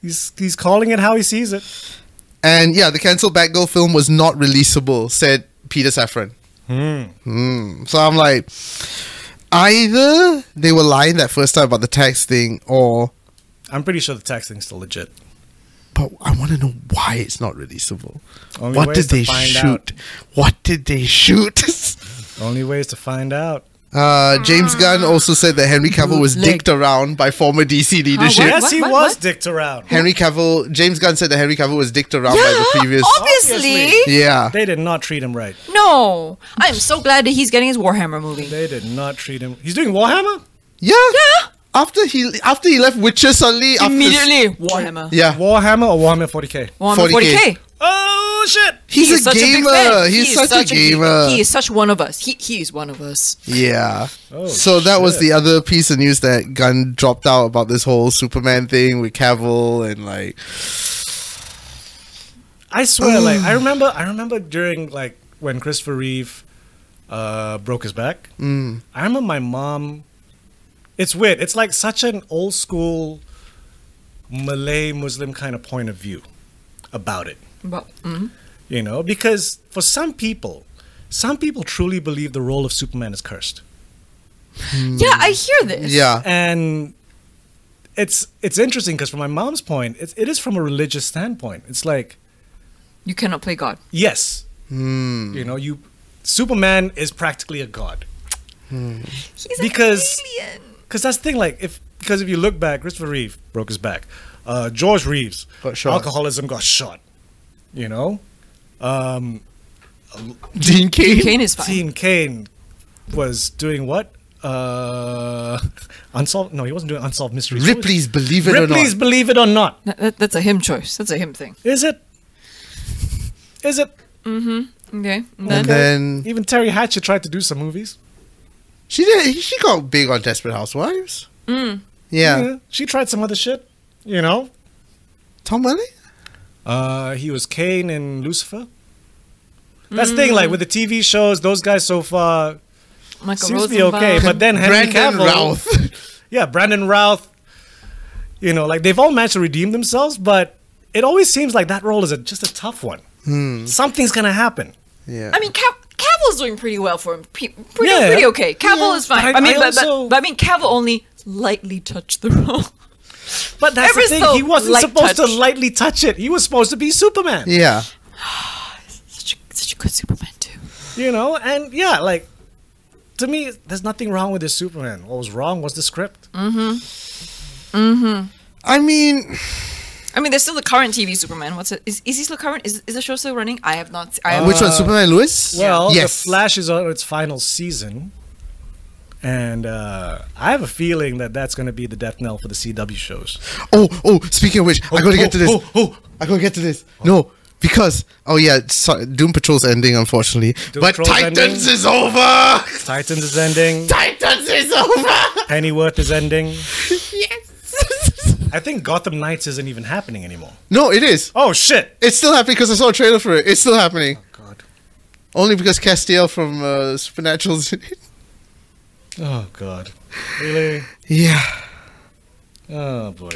C: he's he's calling it how he sees it.
B: And yeah, the cancelled Batgirl film was not releasable, said Peter Safran. Hmm. So I'm like, either they were lying that first time about the tax thing, or
C: I'm pretty sure the tax thing's still legit.
B: but I want to know why it's not releasable.
C: Only
B: what
C: way
B: did
C: is to
B: they
C: find
B: shoot?
C: out.
B: What did they shoot?
C: Only ways to find out.
B: Uh, James
A: Ah.
B: Gunn also said that Henry Cavill was
A: Bootleg.
B: dicked around by former DC leadership.
A: What,
C: yes,
A: what,
C: he
A: what,
C: was
A: what?
C: dicked around.
B: Henry Cavill, James Gunn said that Henry Cavill was dicked around by the previous.
A: obviously.
C: Obviously.
B: Yeah,
C: They did not treat him right.
A: No, I'm so glad that he's getting his Warhammer movie.
C: They did not treat him. He's doing Warhammer.
B: yeah, After he after he left Witcher suddenly, after,
A: Immediately, Warhammer.
B: yeah,
C: Warhammer or Warhammer 40k.
A: Warhammer
B: 40K.
A: 40k.
C: Oh shit!
B: he's
A: He is
B: a
A: such big
B: gamer.
A: fan.
B: he's
A: He is
B: such, a
A: geek.
B: gamer.
A: He is such one of us. He he is one of us.
B: Yeah.
C: Oh,
B: so that was
C: shit.
B: the other piece of news that Gunn dropped out about this whole Superman thing with Cavill and like
C: I swear, like I remember, I remember during like when Christopher Reeve uh, broke his back. Mm. I remember my mom. It's weird. It's like such an old school Malay Muslim kind of point of view about it,
A: But mm,
C: you know, because for some people, some people truly believe the role of Superman is cursed,
A: yeah, I hear this.
B: yeah.
C: and it's it's interesting because from my mom's point, it, it is from a religious standpoint. It's like
A: you cannot play God.
C: yes,
B: Hmm. Mm.
C: you know, you Superman is practically a god.
A: He's
C: Because-
A: an alien.
C: Because that's the thing, like if because if you look back, Christopher Reeve broke his back. Uh, George Reeves
B: Got shot.
C: alcoholism got shot. You know, um,
B: Dean Kane.
A: Kane is fine.
C: Dean Kane was doing what? Uh, unsolved? No, he wasn't doing unsolved mysteries. What was-
B: Ripley's Believe It
C: Ripley's
B: or Not.
C: Believe It or Not.
A: That, that- that's a him choice. That's a him thing.
C: Is it? Is it?
A: Okay. And
B: And
A: then,
B: then
C: Even Terry Hatcher tried to do some movies.
B: she did. She got big on Desperate Housewives.
A: Hmm.
B: Yeah.
C: she tried some other shit. You know,
B: Tom Welling.
C: Uh, he was Kane in Lucifer. That's the thing,
A: Mm.
C: like with the TV shows, those guys so far
A: Michael
C: seems to be
A: Rosenbaum.
C: okay. But then Henry
B: Brandon
C: Cavill,
B: Routh.
C: yeah, Brandon Routh, you know, like they've all managed to redeem themselves, but it always seems like that role is a, just a tough one.
A: Hmm.
C: Something's gonna happen.
B: yeah.
A: I mean, Cav- Cavill's doing pretty well for him. Pe- pretty,
C: Yeah.
A: pretty okay. Cavill
C: Yeah.
A: is fine.
C: But I-
A: I, mean,
C: I
A: but, but-
C: also-
A: but I mean, Cavill only lightly touched the role.
C: But that's
A: Ever
C: the thing,
A: so
C: he wasn't
A: light
C: supposed to
A: touch.
C: lightly touch it. He was supposed to be Superman.
B: yeah.
A: such, a, such a good Superman too.
C: You know, and yeah, like to me, there's nothing wrong with this Superman. What was wrong was the script.
B: I mean,
A: I mean, there's still the current TV Superman. What's it? Is, is he still current? Is, is the show still running? I have not.
C: Uh,
A: I have
B: which one, Superman Lewis?
C: Well,
B: yes.
C: The Flash is on its final season, and uh, I have a feeling that that's going to be the death knell for the CW shows.
B: Oh, oh. Speaking of which, I gotta get
C: oh,
B: to this.
C: oh, oh.
B: I gotta get to this. No, because oh yeah, so, Doom Patrol's ending unfortunately, but
C: Patrol's
B: Titans
C: ending.
B: is over.
C: Titans is ending.
B: Titans is over.
C: Pennyworth is ending.
B: yes.
C: I think Gotham Knights isn't even happening anymore.
B: no, it is.
C: Oh shit!
B: It's still happening because I saw a trailer for it. It's still happening.
C: God.
B: Only because Castiel from uh, Supernatural's in it.
C: Oh god. Really?
B: Yeah.
C: Oh boy.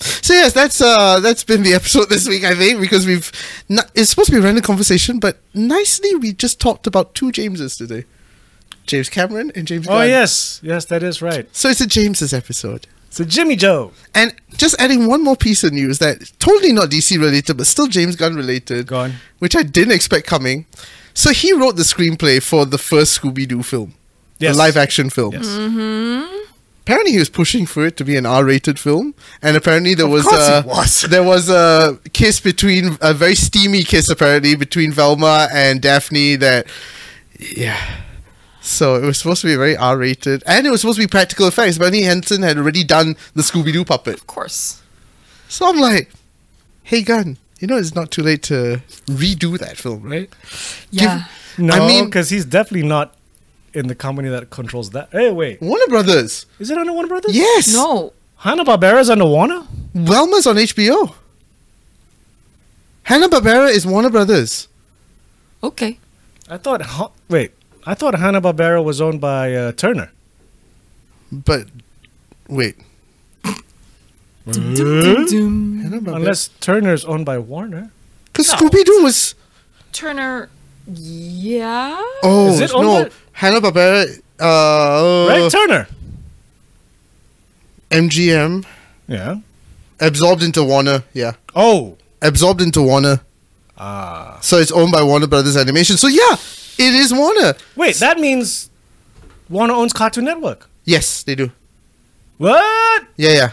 B: So yes, that's uh that's been the episode this week. I think because we've n it's supposed to be a random conversation, but nicely we just talked about two Jameses today, James Cameron and James.
C: Oh
B: Gunn.
C: yes, yes, that is right.
B: So it's a James's episode.
C: So Jimmy Joe.
B: And just adding one more piece of news that totally not DC related, but still James Gunn related.
C: Go on.
B: Which I didn't expect coming. So he wrote the screenplay for the first Scooby Doo film,
C: Yes.
B: the live action film.
C: Yes.
B: Apparently, he was pushing for it to be an R rated film, and apparently there was,
C: course
B: a,
C: he was.
B: there was a kiss between a very steamy kiss apparently between Velma and Daphne that, yeah. So it was supposed to be very R rated, and it was supposed to be practical effects. Bernie Henson had already done the Scooby Doo puppet.
A: of course.
B: So I'm like, hey, Gun, You know, it's not too late to redo that film, right?
A: Yeah.
C: No,
B: I mean-
C: because he's definitely not in the company that controls that. Hey, wait,
B: Warner Brothers.
C: is it under Warner Brothers?
B: Yes.
A: no.
C: Hanna Barbera's under Warner.
B: Velma's on HBO. Hanna Barbera is Warner Brothers.
A: Okay.
C: I thought. Ha- wait, I thought Hanna Barbera was owned by uh, Turner.
B: But wait,
A: Dum, dum,
C: Hmm?
A: dum, dum.
B: Hanna Barbera.
C: Unless Turner's owned by Warner.
B: Because
A: No.
B: Scooby Doo was.
A: Turner. Yeah.
B: Oh
C: Is it on
B: no,
C: the-
B: Hanna Barbera. Uh,
C: right, Turner.
B: MGM
C: Yeah.
B: absorbed into Warner. Yeah,
C: Oh.
B: absorbed into Warner.
C: Ah.
B: So it's owned by Warner Brothers Animation. So yeah, it is Warner.
C: Wait, that means Warner owns Cartoon Network.
B: Yes, they do.
C: What?
B: Yeah, yeah.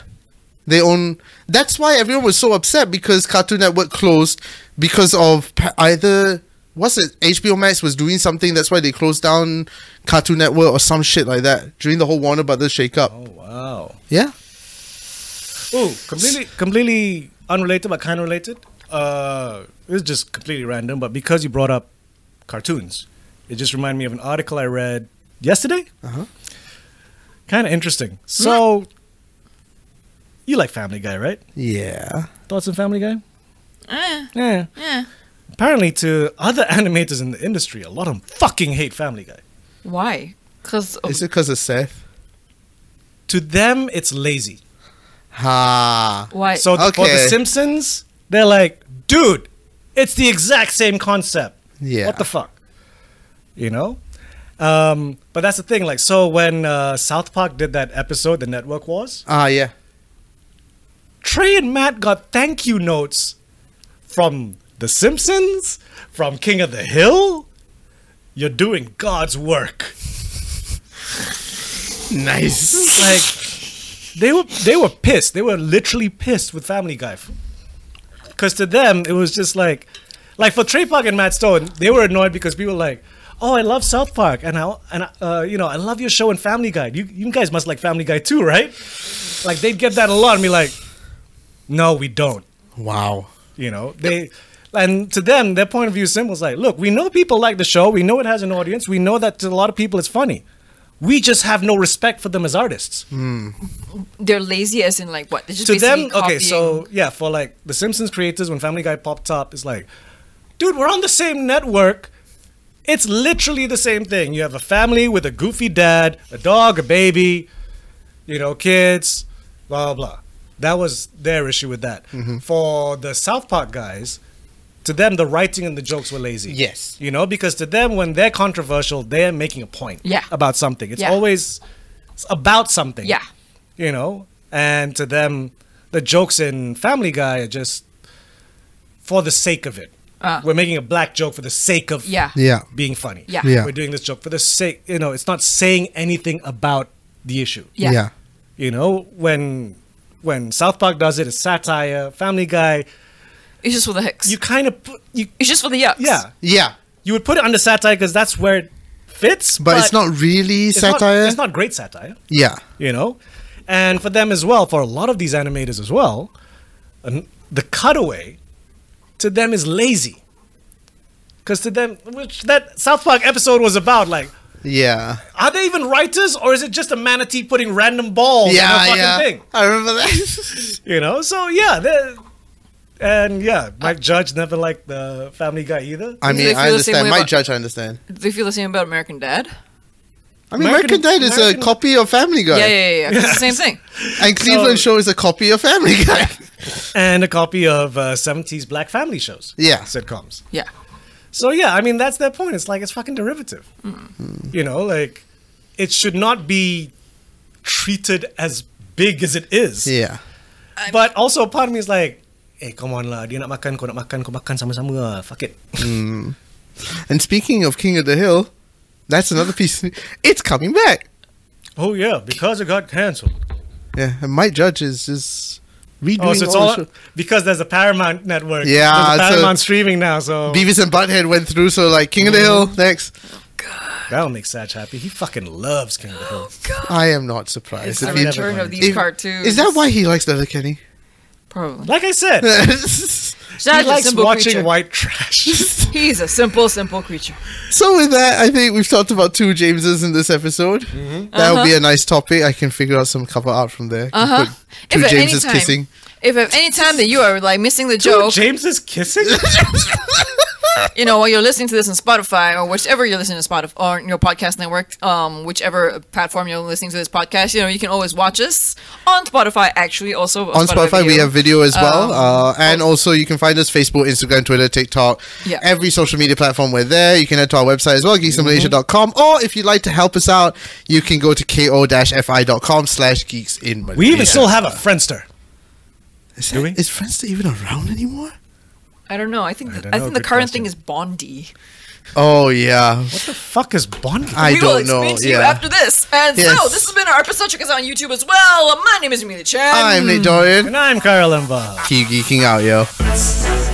B: They own. That's why everyone was so upset because Cartoon Network closed because of pa- either what's it? HBO Max was doing something. That's why they closed down Cartoon Network or some shit like that during the whole Warner Brothers shakeup.
C: Oh wow.
B: Yeah.
C: Ooh, completely, completely unrelated, but kind of related. Uh, it's just completely random, but because you brought up cartoons, it just reminded me of an article I read yesterday. Uh-huh. Kind of interesting. So, you like Family Guy, right?
B: Yeah.
C: Thoughts on Family Guy?
A: Eh,
C: Yeah.
A: eh.
C: Apparently, to other animators in the industry, a lot of them fucking hate Family Guy.
A: Why? Because
B: Is it because of Seth?
C: To them, it's lazy.
B: Ha.
A: why?
C: So for
B: Okay.
C: the Simpsons, they're like, dude, it's the exact same concept.
B: Yeah.
C: What the fuck? You know? Um, but that's the thing. Like, so when uh, South Park did that episode, the network was
B: Ah, yeah.
C: Trey and Matt got thank you notes from The Simpsons, from King of the Hill. You're doing God's work.
B: Nice.
C: Like, they were they were pissed. They were literally pissed with Family Guy. Because to them, it was just like, like for Trey Park and Matt Stone, they were annoyed because people were like, "Oh, I love South Park, and I and I, uh, you know I love your show and Family Guy. You you guys must like Family Guy too, right?" Like they'd get that a lot and be like, "No, we don't."
B: Wow.
C: You know they. And to them, their point of view is simple. It's like, look, we know people like the show. We know it has an audience. We know that to a lot of people it's funny. We just have no respect for them as artists.
A: they're lazy, as in like what? They're just
C: to
A: basically
C: them, okay,
A: copying-
C: so yeah, for like the Simpsons creators, when Family Guy popped up, it's like, dude, we're on the same network. It's literally the same thing. You have a family with a goofy dad, a dog, a baby, you know, kids, blah blah. blah. That was their issue with that. For the South Park guys, to them, the writing and the jokes were lazy.
B: Yes.
C: you know, because to them, when they're controversial, they're making a point
A: Yeah.
C: about something. It's
A: Yeah.
C: always it's about something
A: Yeah.
C: you know and to them the jokes in family guy are just for the sake of it
A: Ah.
C: we're making a black joke for the sake of
A: Yeah.
B: Yeah.
C: being funny
A: Yeah.
B: Yeah.
C: we're doing this joke for the sake you know it's not saying anything about the issue
A: Yeah.
B: Yeah.
C: you know when when south park does it it's satire family guy
A: It's just for the hicks.
C: you kind of put you
A: it's just for the yucks.
C: yeah
B: Yeah.
C: you would put it under satire because that's where it fits
B: But, it's not really
C: it's not-
B: satire.
C: it's not great satire
B: Yeah.
C: you know and for them as well for a lot of these animators as well an- the cutaway to them is lazy because to them which that south park episode was about like
B: Yeah.
C: are they even writers or is it just a manatee putting random balls in Oh, a
B: Yeah.
C: fucking
B: Yeah.
C: thing
B: I remember that.
C: you know so yeah they're- and yeah mike judge never liked the family guy either
B: I
A: Do
B: mean,
A: they feel
B: I
A: the same
B: understand.
A: way
B: My
A: about-
B: judge, I understand.
A: Do they feel the same about American Dad?
B: I mean, American,
C: American-
B: Dad is
C: American-
B: a copy of Family Guy,
A: Yeah, yeah, yeah. yeah. 'cause It's the same thing.
B: and Cleveland Show is a copy of Family Guy.
C: and a copy of uh, 70s black family shows
B: Yeah.
C: sitcoms
A: Yeah.
C: So yeah, I mean that's their point. It's like it's fucking derivative. You know, like it should not be treated as big as it is.
B: Yeah.
C: But also part of me is like, hey, come on lah, dia nak makan, kau nak makan, kau makan sama-sama lah. Fuck it.
B: And speaking of King of the Hill, that's another piece. It's coming back.
C: oh yeah, because it got cancelled.
B: Yeah. And my judge is just redoing
C: Oh, so it's
B: all.
C: all
B: the show.
C: because there's a Paramount network.
B: Yeah,
C: there's a
B: so-
C: Paramount streaming now, so
B: Beavis and Butthead went through, so like King of the Hill next.
C: that'll make Satch happy. He fucking loves King of the Hill.
B: I am not surprised.
A: It's
B: If
A: the
B: he-
C: never
A: return
C: mind.
A: of these
B: if-
A: cartoons.
B: Is that why he likes Leather Kenny?
A: Probably.
C: Like I said, he
A: Shah's a
C: likes
A: simple
C: watching
A: creature.
C: white trash.
A: He's a simple, simple creature.
B: So with that, I think we've talked about two Jameses in this episode. That would be a nice topic. I can figure out some cover art from there. Can
A: Uh huh.
B: put Two Jameses kissing.
A: if at any time that you are like missing the
C: Dude,
A: joke,
C: James is kissing.
A: you know, while you're listening to this on Spotify or whichever you're listening to Spotify or on your podcast network, um, whichever platform you're listening to this podcast, you know, you can always watch us on Spotify. Actually, also
B: On Spotify, we
A: video.
B: have video as well, uh,
A: Um,
B: and also you can find us Facebook, Instagram, Twitter, TikTok,
A: Yeah.
B: every social media platform. We're there. You can head to our website as well, geeksmalaysia.com, or if you'd like to help us out, you can go to ko-fi.com slash geeks in Malaysia.
C: We even still have a friendster.
B: is,
C: do we?
B: is Friendster even around anymore?
A: I don't know. I think
C: don't
A: I
C: know.
A: think the
C: Good
A: current
C: question.
A: thing is Bondi.
B: Oh yeah,
C: What the fuck is Bondi?
B: I
A: we will
B: don't
A: explain
B: know.
A: to you
B: Yeah,
A: after this. And so
B: Yes.
A: this has been our episode. Check us out on YouTube as well. My name is Amelia Chan.
C: Um,
B: I'm Nate Dorian.
C: and I'm Carl Limbaugh.
B: Keep geeking out, yo.
D: Thank